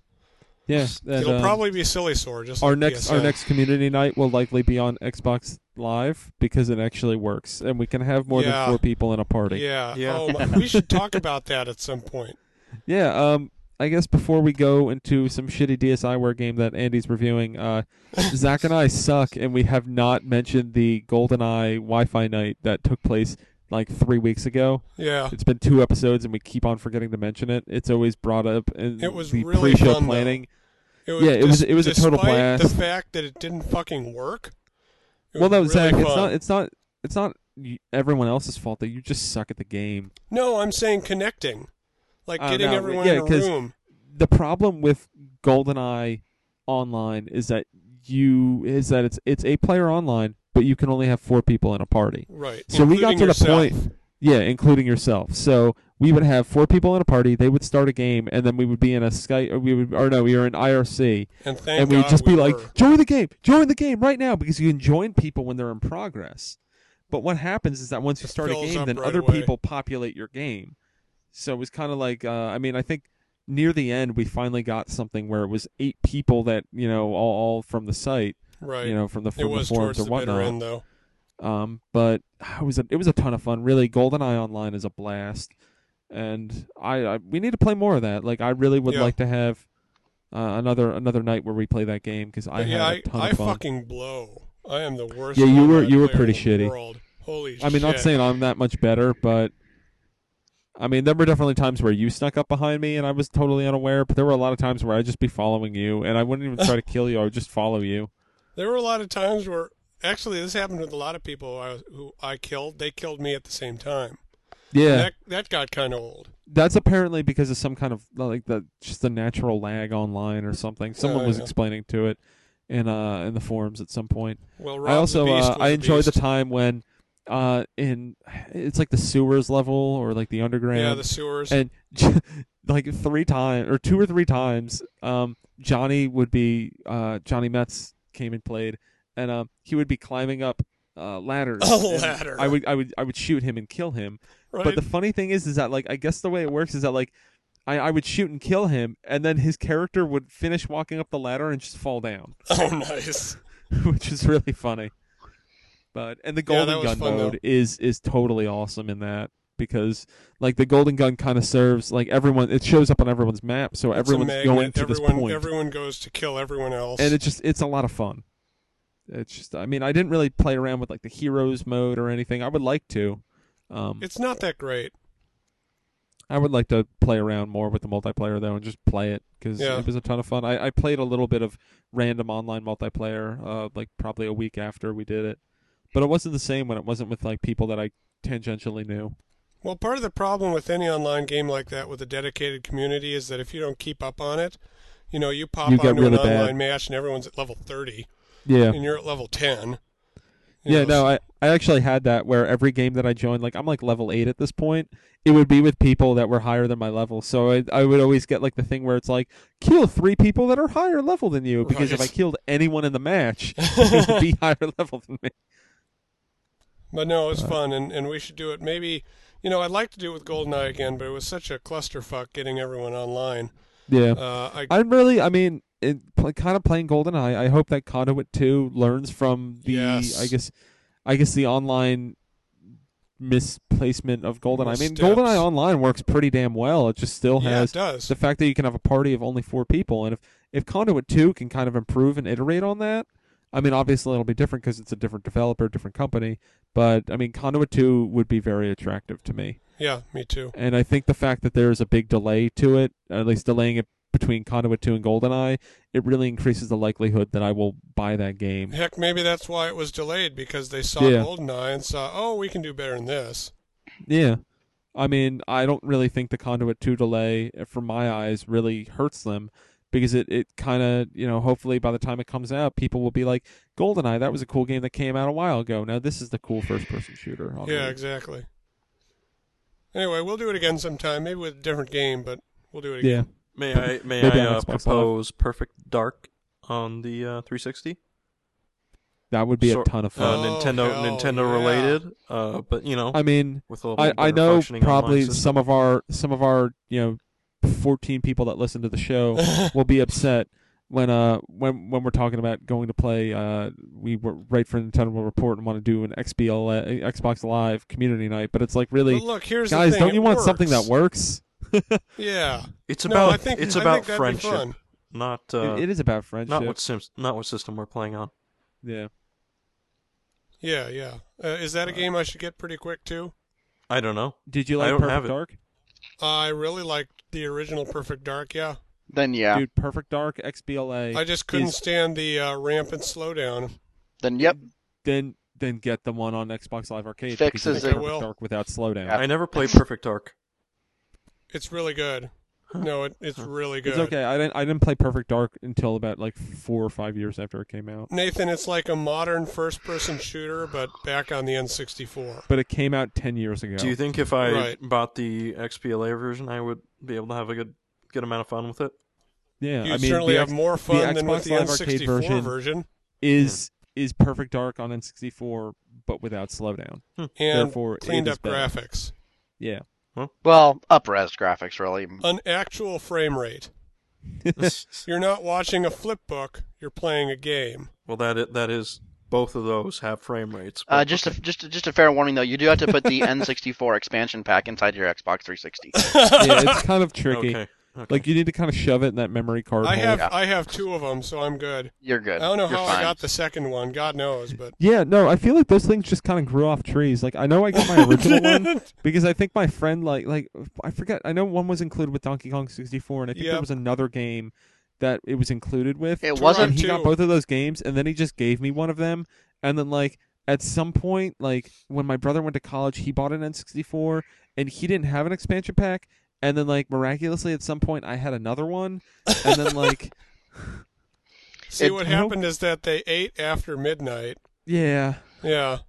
[SPEAKER 1] Yeah, and,
[SPEAKER 3] It'll
[SPEAKER 1] um,
[SPEAKER 3] probably be silly sore. Just
[SPEAKER 1] our
[SPEAKER 3] like
[SPEAKER 1] next our
[SPEAKER 3] PSN.
[SPEAKER 1] next community night will likely be on Xbox Live because it actually works, and we can have more
[SPEAKER 3] Yeah.
[SPEAKER 1] than four people in a party.
[SPEAKER 3] Yeah.
[SPEAKER 4] Yeah.
[SPEAKER 3] Oh, my, we should talk about that at some point.
[SPEAKER 1] Yeah, um, I guess before we go into some shitty DSiWare game that Andy's reviewing,
[SPEAKER 3] *laughs*
[SPEAKER 1] uh, Zach and I suck, and we have not mentioned the GoldenEye Wi-Fi night that took place like three weeks ago.
[SPEAKER 3] Yeah.
[SPEAKER 1] It's been two episodes, and we keep on forgetting to mention it. It's always brought up in
[SPEAKER 3] It was
[SPEAKER 1] the
[SPEAKER 3] really
[SPEAKER 1] pre-show
[SPEAKER 3] fun, though.
[SPEAKER 1] planning.
[SPEAKER 3] It
[SPEAKER 1] Yeah, it was- it was a total
[SPEAKER 3] despite The
[SPEAKER 1] blast.
[SPEAKER 3] fact that it didn't fucking work. it
[SPEAKER 1] Well, no,
[SPEAKER 3] was
[SPEAKER 1] Zach,
[SPEAKER 3] really
[SPEAKER 1] it's
[SPEAKER 3] fun.
[SPEAKER 1] not. It's not. It's not y- everyone else's fault that you just suck at the game.
[SPEAKER 3] No, I'm saying connecting, like
[SPEAKER 1] Oh,
[SPEAKER 3] getting
[SPEAKER 1] no,
[SPEAKER 3] everyone
[SPEAKER 1] yeah,
[SPEAKER 3] in a
[SPEAKER 1] 'cause-
[SPEAKER 3] room.
[SPEAKER 1] the problem with GoldenEye online is that you is that it's it's a player online, but you can only have four people in a party.
[SPEAKER 3] Right.
[SPEAKER 1] So we got
[SPEAKER 3] including
[SPEAKER 1] to the
[SPEAKER 3] yourself.
[SPEAKER 1] point- Yeah, including yourself. So we would have four people in a party. They would start a game, and then we would be in a Skype. Or we would, or no, we were in IRC,
[SPEAKER 3] And thank
[SPEAKER 1] and we'd
[SPEAKER 3] God
[SPEAKER 1] just
[SPEAKER 3] we
[SPEAKER 1] be like,
[SPEAKER 3] were.
[SPEAKER 1] "Join the game! Join the game right now!" Because you can join people when they're in progress. But what happens is that once you
[SPEAKER 3] It
[SPEAKER 1] start a
[SPEAKER 3] fills
[SPEAKER 1] game,
[SPEAKER 3] up
[SPEAKER 1] then
[SPEAKER 3] right
[SPEAKER 1] other
[SPEAKER 3] away.
[SPEAKER 1] people populate your game. So it was kind of like, uh, I mean, I think near the end we finally got something where it was eight people that you know all, all from the site,
[SPEAKER 3] right.
[SPEAKER 1] you know, from the,
[SPEAKER 3] it
[SPEAKER 1] from the
[SPEAKER 3] was
[SPEAKER 1] forums
[SPEAKER 3] towards
[SPEAKER 1] or
[SPEAKER 3] the
[SPEAKER 1] whatnot.
[SPEAKER 3] bitter end, though.
[SPEAKER 1] Um, but *sighs* it was a, it was a ton of fun. Really, GoldenEye Online is a blast, and I, I we need to play more of that. Like I really would
[SPEAKER 3] Yeah.
[SPEAKER 1] like to have uh, another another night where we play that game because I
[SPEAKER 3] But
[SPEAKER 1] had
[SPEAKER 3] yeah,
[SPEAKER 1] a
[SPEAKER 3] I,
[SPEAKER 1] ton
[SPEAKER 3] I
[SPEAKER 1] of fun.
[SPEAKER 3] fucking blow. I am the worst.
[SPEAKER 1] Yeah, you were-
[SPEAKER 3] online
[SPEAKER 1] you were
[SPEAKER 3] player
[SPEAKER 1] pretty
[SPEAKER 3] in the
[SPEAKER 1] shitty.
[SPEAKER 3] World. Holy
[SPEAKER 1] I mean, not
[SPEAKER 3] shit.
[SPEAKER 1] saying I'm that much better, but I mean, there were definitely times where you snuck up behind me and I was totally unaware. But there were a lot of times where I'd just be following you, and I wouldn't
[SPEAKER 3] *laughs*
[SPEAKER 1] even try to kill you. I would just follow you.
[SPEAKER 3] There were a lot of times where actually this happened with a lot of people I was, who I killed. They killed me at the same time.
[SPEAKER 1] Yeah,
[SPEAKER 3] That that got kind of old.
[SPEAKER 1] that's apparently because of some kind of like the just the natural lag online or something. Someone
[SPEAKER 3] Oh,
[SPEAKER 1] was
[SPEAKER 3] yeah.
[SPEAKER 1] explaining to it in uh in the forums at some point.
[SPEAKER 3] Well,
[SPEAKER 1] I
[SPEAKER 3] Rob
[SPEAKER 1] also
[SPEAKER 3] the Beast
[SPEAKER 1] uh,
[SPEAKER 3] was
[SPEAKER 1] I
[SPEAKER 3] a
[SPEAKER 1] enjoyed the
[SPEAKER 3] beast.
[SPEAKER 1] time when uh in it's like the sewers level or like the underground
[SPEAKER 3] yeah the sewers.
[SPEAKER 1] and *laughs* like three times or two or three times um johnny would be uh johnny metz came and played and um he would be climbing up uh ladders
[SPEAKER 3] A
[SPEAKER 1] and
[SPEAKER 3] ladder.
[SPEAKER 1] i would i would i would shoot him and kill him
[SPEAKER 3] right?
[SPEAKER 1] but the funny thing is is that like i guess the way it works is that like I, I would shoot and kill him and then his character would finish walking up the ladder and just fall down
[SPEAKER 3] *laughs*
[SPEAKER 1] *laughs*
[SPEAKER 3] oh, nice.
[SPEAKER 1] which is really funny but and the
[SPEAKER 3] Yeah, that
[SPEAKER 1] golden
[SPEAKER 3] was
[SPEAKER 1] gun
[SPEAKER 3] fun, though.
[SPEAKER 1] mode is is totally awesome in that because like the golden gun kind of serves like everyone it shows up on everyone's map so
[SPEAKER 3] It's a
[SPEAKER 1] everyone's
[SPEAKER 3] magnet.
[SPEAKER 1] going to
[SPEAKER 3] everyone,
[SPEAKER 1] this point
[SPEAKER 3] Everyone goes to kill everyone else.
[SPEAKER 1] and it's just it's a lot of fun it's just i mean i didn't really play around with like the heroes mode or anything i would like to um,
[SPEAKER 3] it's not that great.
[SPEAKER 1] I would like to play around more with the multiplayer though, and just play it because
[SPEAKER 3] Yeah.
[SPEAKER 1] it was a ton of fun. I, I played a little bit of random online multiplayer, uh, like probably a week after we did it, but it wasn't the same when it wasn't with like people that I tangentially knew.
[SPEAKER 3] Well, part of the problem with any online game like that with a dedicated community is that if you don't keep up on it, you know, you pop
[SPEAKER 1] You
[SPEAKER 3] onto
[SPEAKER 1] get really
[SPEAKER 3] an
[SPEAKER 1] bad.
[SPEAKER 3] online match and everyone's at level 30
[SPEAKER 1] Yeah,
[SPEAKER 3] and you're at level 10. you
[SPEAKER 1] yeah.
[SPEAKER 3] know,
[SPEAKER 1] No, I I actually had that where every game that I joined, like I'm like level eight at this point, it would be with people that were higher than my level. So I I would always get like the thing where it's like kill three people that are higher level than you because if I
[SPEAKER 3] Right.
[SPEAKER 1] killed anyone in the
[SPEAKER 3] *laughs*
[SPEAKER 1] match, it would be higher *laughs* level than me.
[SPEAKER 3] But no, it
[SPEAKER 1] Uh,
[SPEAKER 3] was fun, and, and we should do it. Maybe, you know, I'd like to do it with GoldenEye again, but it was such a clusterfuck getting everyone online.
[SPEAKER 1] Yeah.
[SPEAKER 3] Uh, I,
[SPEAKER 1] I'm really, I mean, it, pl- kind of playing GoldenEye. I hope that Conduit Two learns from the,
[SPEAKER 3] Yes.
[SPEAKER 1] I guess, I guess the online misplacement of GoldenEye. I mean,
[SPEAKER 3] Missteps.
[SPEAKER 1] GoldenEye Online works pretty damn well. It just still
[SPEAKER 3] yeah, it
[SPEAKER 1] has
[SPEAKER 3] does.
[SPEAKER 1] the fact that you can have a party of only four people, and if if Conduit Two can kind of improve and iterate on that, I mean, obviously it'll be different because it's a different developer, different company. But I mean, Conduit Two would be very attractive to me.
[SPEAKER 3] yeah, me too.
[SPEAKER 1] And I think the fact that there is a big delay to it, or at least delaying it between Conduit 2 and GoldenEye, it really increases the likelihood that I will buy that game.
[SPEAKER 3] Heck, maybe that's why it was delayed because they saw
[SPEAKER 1] Yeah.
[SPEAKER 3] GoldenEye and saw, oh, we can do better than this.
[SPEAKER 1] Yeah. I mean, I don't really think the Conduit 2 delay, uh, from my eyes, really hurts them because it, it kind of, you know, hopefully by the time it comes out, people will be like, GoldenEye, that was a cool game that came out a while ago. Now this is the cool first person shooter. I'll
[SPEAKER 3] Yeah,
[SPEAKER 1] read."
[SPEAKER 3] exactly. Anyway, we'll do it again sometime, maybe with a different game, but we'll do it again.
[SPEAKER 1] Yeah.
[SPEAKER 4] May I may
[SPEAKER 1] Maybe
[SPEAKER 4] I
[SPEAKER 1] on
[SPEAKER 4] uh,
[SPEAKER 1] Xbox Live.
[SPEAKER 4] propose Perfect Dark on the uh, 360?
[SPEAKER 1] That would be a
[SPEAKER 4] Sor-
[SPEAKER 1] ton of
[SPEAKER 4] Uh,
[SPEAKER 1] fun.
[SPEAKER 3] Oh,
[SPEAKER 4] Nintendo
[SPEAKER 3] hell
[SPEAKER 4] Nintendo
[SPEAKER 3] yeah.
[SPEAKER 4] related, uh, but you know,
[SPEAKER 1] I mean,
[SPEAKER 4] with a little
[SPEAKER 1] I,
[SPEAKER 4] bit
[SPEAKER 1] I
[SPEAKER 4] better
[SPEAKER 1] know
[SPEAKER 4] functioning online
[SPEAKER 1] probably
[SPEAKER 4] system.
[SPEAKER 1] some of our some of our you know 14 people that listen to the
[SPEAKER 3] *laughs*
[SPEAKER 1] show will be upset when uh when when we're talking about going to play uh we were right for Nintendo report and want to do an XBL uh, Xbox Live community night but it's like *laughs* really
[SPEAKER 3] But look, here's the
[SPEAKER 1] guys
[SPEAKER 3] thing,
[SPEAKER 1] don't
[SPEAKER 3] it
[SPEAKER 1] you want something that
[SPEAKER 3] works.
[SPEAKER 1] works
[SPEAKER 3] Yeah.
[SPEAKER 4] It's
[SPEAKER 3] No,
[SPEAKER 4] about
[SPEAKER 3] I think-
[SPEAKER 4] it's
[SPEAKER 3] I
[SPEAKER 4] about
[SPEAKER 3] think that'd be
[SPEAKER 4] friendship,
[SPEAKER 3] fun.
[SPEAKER 4] not
[SPEAKER 1] It-
[SPEAKER 4] uh,
[SPEAKER 1] it is about friendship
[SPEAKER 4] not what sim- not what system we're playing on.
[SPEAKER 1] yeah
[SPEAKER 3] Yeah, yeah. Uh, is that a game I should get pretty quick, too?
[SPEAKER 4] I don't know.
[SPEAKER 1] did you
[SPEAKER 4] I
[SPEAKER 1] like
[SPEAKER 4] don't have
[SPEAKER 1] Perfect
[SPEAKER 4] it.
[SPEAKER 1] Dark
[SPEAKER 3] I really liked the original Perfect Dark, yeah.
[SPEAKER 2] Then yeah.
[SPEAKER 1] dude Perfect Dark XBLA
[SPEAKER 3] I just couldn't
[SPEAKER 1] is-
[SPEAKER 3] stand the uh, rampant slowdown.
[SPEAKER 2] Then yep.
[SPEAKER 1] then then get the one on Xbox Live Arcade
[SPEAKER 2] Fixes
[SPEAKER 1] because
[SPEAKER 2] it.
[SPEAKER 1] Perfect *laughs*
[SPEAKER 3] Will.
[SPEAKER 1] Dark without slowdown
[SPEAKER 2] Yeah.
[SPEAKER 4] I never played
[SPEAKER 2] It's-
[SPEAKER 4] Perfect Dark.
[SPEAKER 3] It's really good. No, it, it's really good.
[SPEAKER 1] It's okay. I didn't I didn't play Perfect Dark until about like four or five years after it came out.
[SPEAKER 3] Nathan, it's like a modern first-person shooter, but back on the N64.
[SPEAKER 1] But it came out ten years ago.
[SPEAKER 4] Do you think if I
[SPEAKER 3] Right.
[SPEAKER 4] bought the XPLA version, I would be able to have a good good amount of fun
[SPEAKER 1] *laughs*
[SPEAKER 4] with it?
[SPEAKER 1] yeah,
[SPEAKER 3] You
[SPEAKER 1] I mean,
[SPEAKER 3] certainly
[SPEAKER 1] the
[SPEAKER 3] have
[SPEAKER 1] X-
[SPEAKER 3] more fun than with
[SPEAKER 1] Xbox
[SPEAKER 3] the
[SPEAKER 1] Live Arcade
[SPEAKER 3] N64
[SPEAKER 1] version.
[SPEAKER 3] version.
[SPEAKER 1] is is Perfect Dark on N64, but without slowdown.
[SPEAKER 3] and
[SPEAKER 1] Therefore, it
[SPEAKER 3] cleaned
[SPEAKER 1] is
[SPEAKER 3] up
[SPEAKER 1] better.
[SPEAKER 3] graphics, *laughs*
[SPEAKER 1] Yeah,
[SPEAKER 2] Well, up res graphics, really.
[SPEAKER 3] an actual frame rate. You're not watching a flip book; you're playing a game.
[SPEAKER 4] well, that i- that is both of those have frame rates.
[SPEAKER 2] Uh,
[SPEAKER 4] but-
[SPEAKER 2] just a, just a, just a fair warning though, you do have to put the *laughs* N64 expansion pack inside your Xbox 360.
[SPEAKER 3] *laughs*
[SPEAKER 1] yeah, it's kind of tricky.
[SPEAKER 4] okay. okay.
[SPEAKER 1] Like you need to kind of shove it in that memory card.
[SPEAKER 3] I
[SPEAKER 1] hole.
[SPEAKER 3] have I have two of them, so I'm good.
[SPEAKER 2] You're good.
[SPEAKER 3] I don't know
[SPEAKER 2] You're
[SPEAKER 3] how
[SPEAKER 2] fine.
[SPEAKER 3] I got the second one. God knows, but
[SPEAKER 1] Yeah, no, I feel like those things just kind of grew off trees. Like I know I got my original
[SPEAKER 3] *laughs*
[SPEAKER 1] one because I think my friend like like I forget. I know one was included with Donkey Kong 64, and I think there
[SPEAKER 3] Yep.
[SPEAKER 1] was another game that it was included with.
[SPEAKER 2] It
[SPEAKER 1] and
[SPEAKER 2] wasn't.
[SPEAKER 1] he got
[SPEAKER 3] Two.
[SPEAKER 1] both of those games, and then he just gave me one of them, and then like at some point, like when my brother went to college, he bought an N64, and he didn't have an expansion pack, and then like miraculously at some point, I had another one, and then like
[SPEAKER 3] see
[SPEAKER 2] It-
[SPEAKER 3] what
[SPEAKER 1] I hope-
[SPEAKER 3] happened is that they ate after midnight.
[SPEAKER 1] yeah,
[SPEAKER 3] Yeah,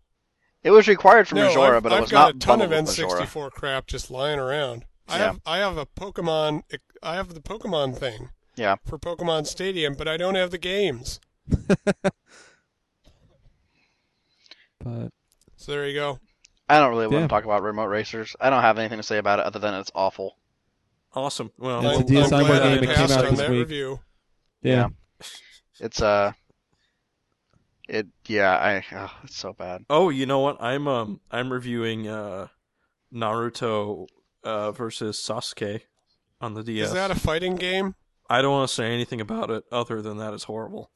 [SPEAKER 2] It was required from
[SPEAKER 3] no,
[SPEAKER 2] Majora,
[SPEAKER 3] I've,
[SPEAKER 2] but it
[SPEAKER 3] I've
[SPEAKER 2] was
[SPEAKER 3] got
[SPEAKER 2] not
[SPEAKER 3] a ton of
[SPEAKER 2] bundled with Majora.
[SPEAKER 3] N64 crap just lying around. I
[SPEAKER 2] Yeah.
[SPEAKER 3] have I have a Pokemon I have the Pokemon thing
[SPEAKER 2] Yeah.
[SPEAKER 3] for Pokemon Stadium, but I don't have the games.
[SPEAKER 1] but
[SPEAKER 3] So there you go.
[SPEAKER 2] I don't really
[SPEAKER 1] Yeah.
[SPEAKER 2] want to talk about remote racers. I don't have anything to say about it other than it's awful.
[SPEAKER 4] awesome. Well,
[SPEAKER 1] It's a
[SPEAKER 3] I'm,
[SPEAKER 4] I'm
[SPEAKER 1] DSi board
[SPEAKER 3] I'm glad
[SPEAKER 4] glad
[SPEAKER 3] I
[SPEAKER 4] I
[SPEAKER 1] game that came
[SPEAKER 4] passed
[SPEAKER 3] passed
[SPEAKER 1] out
[SPEAKER 3] on
[SPEAKER 1] this
[SPEAKER 3] that
[SPEAKER 1] week.
[SPEAKER 3] review.
[SPEAKER 1] yeah,
[SPEAKER 2] It's uh, it yeah, I oh, it's so bad.
[SPEAKER 4] Oh, you know what? I'm um I'm reviewing uh Naruto uh versus Sasuke on the DS.
[SPEAKER 3] Is that a fighting game?
[SPEAKER 4] I don't want to say anything about it other than that it's horrible.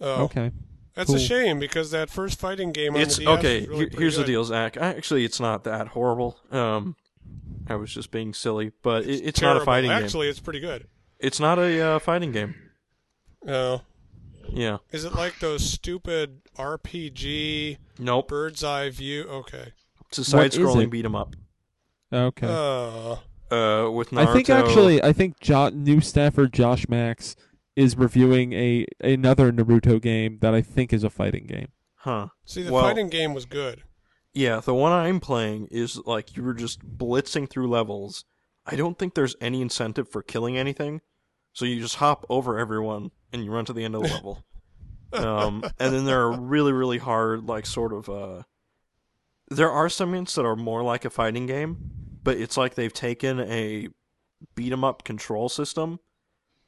[SPEAKER 3] Oh,
[SPEAKER 1] okay,
[SPEAKER 3] that's
[SPEAKER 1] cool.
[SPEAKER 3] a shame because that first fighting game on
[SPEAKER 4] it's
[SPEAKER 3] the DS
[SPEAKER 4] okay.
[SPEAKER 3] was really
[SPEAKER 4] here-
[SPEAKER 3] pretty
[SPEAKER 4] here's the
[SPEAKER 3] good.
[SPEAKER 4] deal, Zach. I, actually, it's not that horrible. Um, I was just being silly, but it, it's not a
[SPEAKER 3] Terrible.
[SPEAKER 4] fighting game.
[SPEAKER 3] Actually, it's pretty good.
[SPEAKER 4] It's not a uh, fighting game.
[SPEAKER 3] Oh,
[SPEAKER 4] Yeah.
[SPEAKER 3] is it like those stupid RPG
[SPEAKER 4] Nope.
[SPEAKER 3] bird's eye view? Okay.
[SPEAKER 4] It's a
[SPEAKER 1] What is
[SPEAKER 4] side-scrolling
[SPEAKER 1] it?
[SPEAKER 4] beat 'em up.
[SPEAKER 1] okay.
[SPEAKER 3] Oh,
[SPEAKER 4] Uh, with Naruto.
[SPEAKER 1] I think actually, I think jo- new staffer Josh Max is reviewing a another Naruto game that I think is a fighting game.
[SPEAKER 4] Huh.
[SPEAKER 3] see, the
[SPEAKER 4] Well-
[SPEAKER 3] fighting game was good.
[SPEAKER 4] Yeah, the one I'm playing is like you were just blitzing through levels. I don't think there's any incentive for killing anything, so you just hop over everyone and you run to the end of the level. um, and then there are really, really hard, like sort of. Uh, there are some hints that are more like a fighting game, but it's like they've taken a beat 'em up control system,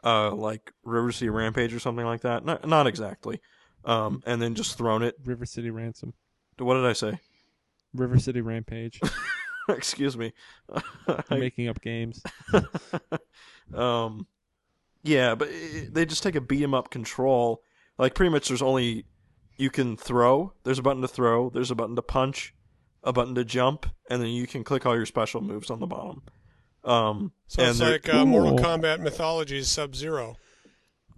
[SPEAKER 4] uh, like River City Rampage or something like that. Not, not exactly. Um, and then just thrown it.
[SPEAKER 1] River City Ransom,
[SPEAKER 4] What did I say?
[SPEAKER 1] River City Rampage.
[SPEAKER 4] *laughs* Excuse me.
[SPEAKER 1] I'm making up games.
[SPEAKER 4] um, yeah, but it, they just take a beat 'em up control. Like pretty much, there's only you can throw. There's a button to throw. There's a button to punch, a button to jump, and then you can click all your special moves on the bottom. Um,
[SPEAKER 3] So
[SPEAKER 4] and
[SPEAKER 3] it's
[SPEAKER 4] they're-
[SPEAKER 3] like uh, Mortal
[SPEAKER 1] Cool.
[SPEAKER 3] Kombat Mythologies Sub Zero.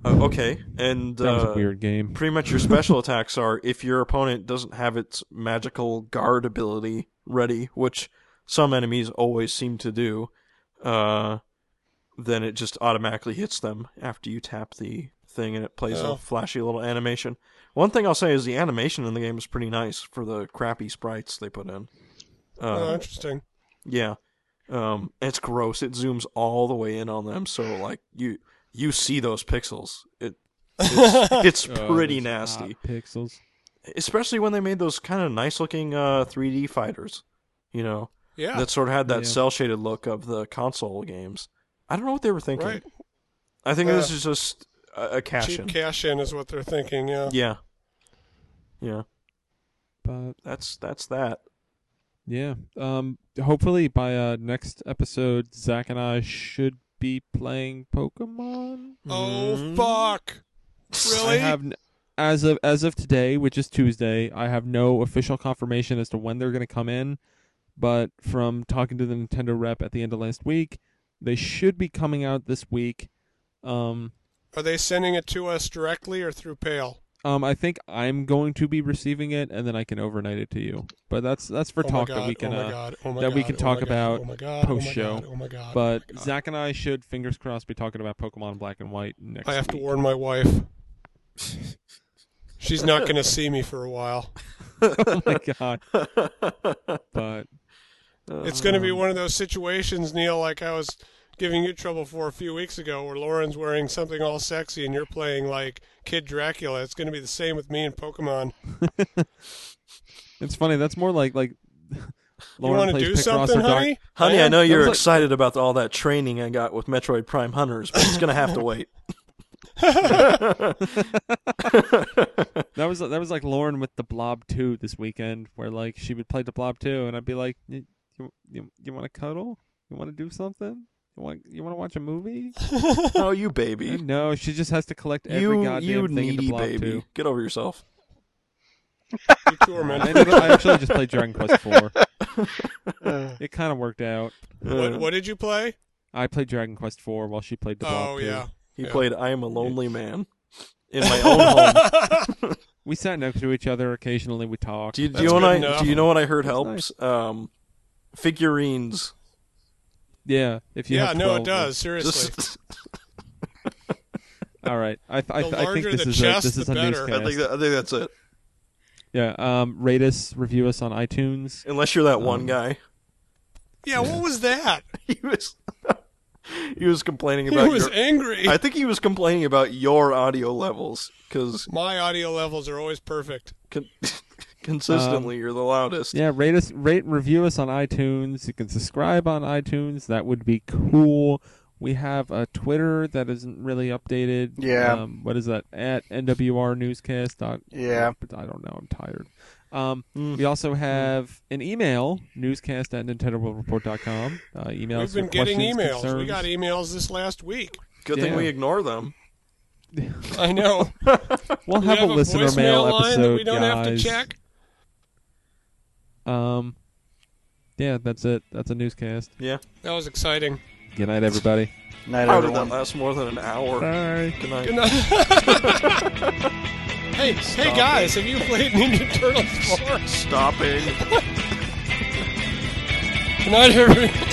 [SPEAKER 4] uh, okay, and
[SPEAKER 1] That was
[SPEAKER 4] uh,
[SPEAKER 1] a weird game.
[SPEAKER 4] pretty much your special attacks are if your opponent doesn't have its magical guard ability ready, which some enemies always seem to do, uh, then it just automatically hits them after you tap the thing and it plays
[SPEAKER 3] Oh.
[SPEAKER 4] a flashy little animation. One thing I'll say is the animation in the game is pretty nice for the crappy sprites they put in.
[SPEAKER 3] Oh,
[SPEAKER 1] Uh-huh.
[SPEAKER 4] Uh,
[SPEAKER 3] interesting.
[SPEAKER 4] yeah. Um, it's gross. It zooms all the way in on them, so like you you see those pixels. It it's,
[SPEAKER 1] Oh,
[SPEAKER 4] it's pretty nasty
[SPEAKER 1] pixels.
[SPEAKER 4] especially when they made those kind of nice looking uh, 3D fighters, you know,
[SPEAKER 3] Yeah,
[SPEAKER 4] that sort of had that
[SPEAKER 1] Yeah.
[SPEAKER 4] cell shaded look of the console games. I don't know what they were thinking.
[SPEAKER 3] right.
[SPEAKER 4] I think
[SPEAKER 3] Yeah.
[SPEAKER 4] this is just a, a cash
[SPEAKER 3] Cheap uh,
[SPEAKER 4] in.
[SPEAKER 3] cash in is what they're thinking. Yeah.
[SPEAKER 4] yeah, yeah.
[SPEAKER 1] But
[SPEAKER 4] That's that's that.
[SPEAKER 1] yeah, um, hopefully by uh, next episode, Zach and I should be playing Pokemon.
[SPEAKER 4] Mm-hmm.
[SPEAKER 3] Oh
[SPEAKER 4] *laughs*
[SPEAKER 3] fuck!
[SPEAKER 1] Mm-hmm. I
[SPEAKER 3] Really?
[SPEAKER 1] have n- as of as of today, which is Tuesday, I have no official confirmation as to when they're going to come in, but from talking to the Nintendo rep at the end of last week, they should be coming out this week. Um
[SPEAKER 3] Are they sending it to us directly or through Pale?
[SPEAKER 1] Um, I think I'm going to be receiving it, and then I can overnight it to you. But that's that's for
[SPEAKER 3] Oh my
[SPEAKER 1] talk
[SPEAKER 3] God,
[SPEAKER 1] that we can.
[SPEAKER 3] oh my
[SPEAKER 1] uh,
[SPEAKER 3] God, oh my
[SPEAKER 1] that we
[SPEAKER 3] God,
[SPEAKER 1] can
[SPEAKER 3] oh
[SPEAKER 1] talk
[SPEAKER 3] my God,
[SPEAKER 1] about
[SPEAKER 3] oh my God, oh my
[SPEAKER 1] post-show,
[SPEAKER 3] God, Oh my God. oh
[SPEAKER 1] but
[SPEAKER 3] my God.
[SPEAKER 1] Zach and I should, fingers crossed, be talking about Pokemon Black and White next.
[SPEAKER 3] I have to
[SPEAKER 1] week.
[SPEAKER 3] warn my wife. She's not going to see me for a while.
[SPEAKER 1] *laughs* oh my god! But
[SPEAKER 3] It's going to
[SPEAKER 4] Uh,
[SPEAKER 1] Um,
[SPEAKER 3] be one of those situations, Neil, like I was giving you trouble for a few weeks ago, where Lauren's wearing something all sexy and you're playing like Kid Dracula. It's going to be the same with me and Pokemon.
[SPEAKER 1] it's funny. That's more like like
[SPEAKER 3] *laughs* you
[SPEAKER 1] Lauren
[SPEAKER 3] want to
[SPEAKER 1] plays
[SPEAKER 3] do
[SPEAKER 1] Picross
[SPEAKER 3] something,
[SPEAKER 1] or Dark.
[SPEAKER 3] honey?
[SPEAKER 4] Honey,
[SPEAKER 1] I
[SPEAKER 4] I
[SPEAKER 1] am-
[SPEAKER 4] know
[SPEAKER 1] that
[SPEAKER 4] you're
[SPEAKER 1] was like-
[SPEAKER 4] excited about all that training I got with Metroid Prime Hunters, but it's gonna have to
[SPEAKER 3] *laughs*
[SPEAKER 4] wait.
[SPEAKER 1] That was that was like Lauren with the Blob Two this weekend, where like she would play the Blob Two, and I'd be like, "You you, you want to cuddle? You want to do something? You want you want to watch a
[SPEAKER 3] *laughs*
[SPEAKER 1] movie?
[SPEAKER 4] oh, you baby,
[SPEAKER 1] no, she just has to collect every
[SPEAKER 4] you
[SPEAKER 1] goddamn
[SPEAKER 4] you
[SPEAKER 1] thing in
[SPEAKER 4] needy
[SPEAKER 1] the Blob
[SPEAKER 4] baby,
[SPEAKER 1] Two.
[SPEAKER 4] get over yourself.
[SPEAKER 3] You two
[SPEAKER 1] *laughs*
[SPEAKER 3] are
[SPEAKER 1] I,
[SPEAKER 3] meant
[SPEAKER 1] ended up- I actually just played Dragon Quest
[SPEAKER 3] *laughs*
[SPEAKER 1] Four. it kind of worked out.
[SPEAKER 3] what, what did you play?
[SPEAKER 1] I played Dragon Quest Four while she played the Blob
[SPEAKER 3] oh,
[SPEAKER 1] Two.
[SPEAKER 3] yeah.
[SPEAKER 4] He
[SPEAKER 3] Yeah.
[SPEAKER 4] played I Am a
[SPEAKER 3] *laughs*
[SPEAKER 4] Lonely Man in my own home.
[SPEAKER 1] We sat next to each other occasionally. We talked.
[SPEAKER 4] Do you, do
[SPEAKER 3] That's
[SPEAKER 4] you, know what
[SPEAKER 3] good
[SPEAKER 4] I,
[SPEAKER 3] enough.
[SPEAKER 4] do you know what I heard
[SPEAKER 1] That's
[SPEAKER 4] helps? Um, figurines.
[SPEAKER 1] yeah, if you
[SPEAKER 3] Yeah,
[SPEAKER 1] have
[SPEAKER 3] no,
[SPEAKER 1] 12.
[SPEAKER 3] it does. Seriously. *laughs*
[SPEAKER 4] Just-
[SPEAKER 1] All right, I, th- I,
[SPEAKER 3] The
[SPEAKER 1] th- I think
[SPEAKER 3] larger
[SPEAKER 1] this
[SPEAKER 3] the
[SPEAKER 1] is
[SPEAKER 3] chest,
[SPEAKER 1] a this is
[SPEAKER 3] the
[SPEAKER 1] a
[SPEAKER 3] better. I
[SPEAKER 1] newscast.
[SPEAKER 4] I think that, I think that's it.
[SPEAKER 1] Yeah, um, rate us, review us on iTunes.
[SPEAKER 4] Unless you're that one guy. *laughs*
[SPEAKER 3] yeah, what was
[SPEAKER 1] *laughs*
[SPEAKER 3] that?
[SPEAKER 4] he was *laughs* he was complaining
[SPEAKER 3] He
[SPEAKER 4] about
[SPEAKER 3] was
[SPEAKER 4] your,
[SPEAKER 3] angry.
[SPEAKER 4] I think he was complaining about your audio levels cuz
[SPEAKER 3] My audio levels are always perfect.
[SPEAKER 4] con- *laughs* consistently you're the loudest.
[SPEAKER 1] Yeah, rate us, rate and review us on iTunes. You can subscribe on iTunes. That would be cool. We have a Twitter that isn't really updated.
[SPEAKER 2] Yeah.
[SPEAKER 1] Um, what is that? At NWR Newscast. Dot,
[SPEAKER 2] Yeah.
[SPEAKER 1] I don't know. I'm tired. Um,
[SPEAKER 4] Mm.
[SPEAKER 1] We also have an email, newscast at NintendoWorldReport.com. Uh, email
[SPEAKER 3] We've
[SPEAKER 1] us your
[SPEAKER 3] been getting
[SPEAKER 1] questions,
[SPEAKER 3] emails.
[SPEAKER 1] Concerns.
[SPEAKER 3] We got e- emails this last week.
[SPEAKER 4] Good thing
[SPEAKER 1] Yeah.
[SPEAKER 4] we ignore them.
[SPEAKER 3] I know.
[SPEAKER 1] We'll
[SPEAKER 3] *laughs* we
[SPEAKER 1] have,
[SPEAKER 3] have
[SPEAKER 1] a listener
[SPEAKER 3] voicemail
[SPEAKER 1] mail
[SPEAKER 3] line
[SPEAKER 1] episode,
[SPEAKER 3] that we don't have to
[SPEAKER 1] guys.
[SPEAKER 3] check.
[SPEAKER 1] Um, yeah, that's it. That's a newscast.
[SPEAKER 4] Yeah.
[SPEAKER 3] That was exciting.
[SPEAKER 1] Good night, everybody.
[SPEAKER 2] Night,
[SPEAKER 4] How did that
[SPEAKER 3] uh,
[SPEAKER 2] everyone.
[SPEAKER 4] last more than an hour?
[SPEAKER 1] Bye.
[SPEAKER 4] Good night.
[SPEAKER 3] Good night. *laughs* hey, hey guys, have you played Ninja Turtles 4?
[SPEAKER 4] Stopping.
[SPEAKER 3] Good night, everyone.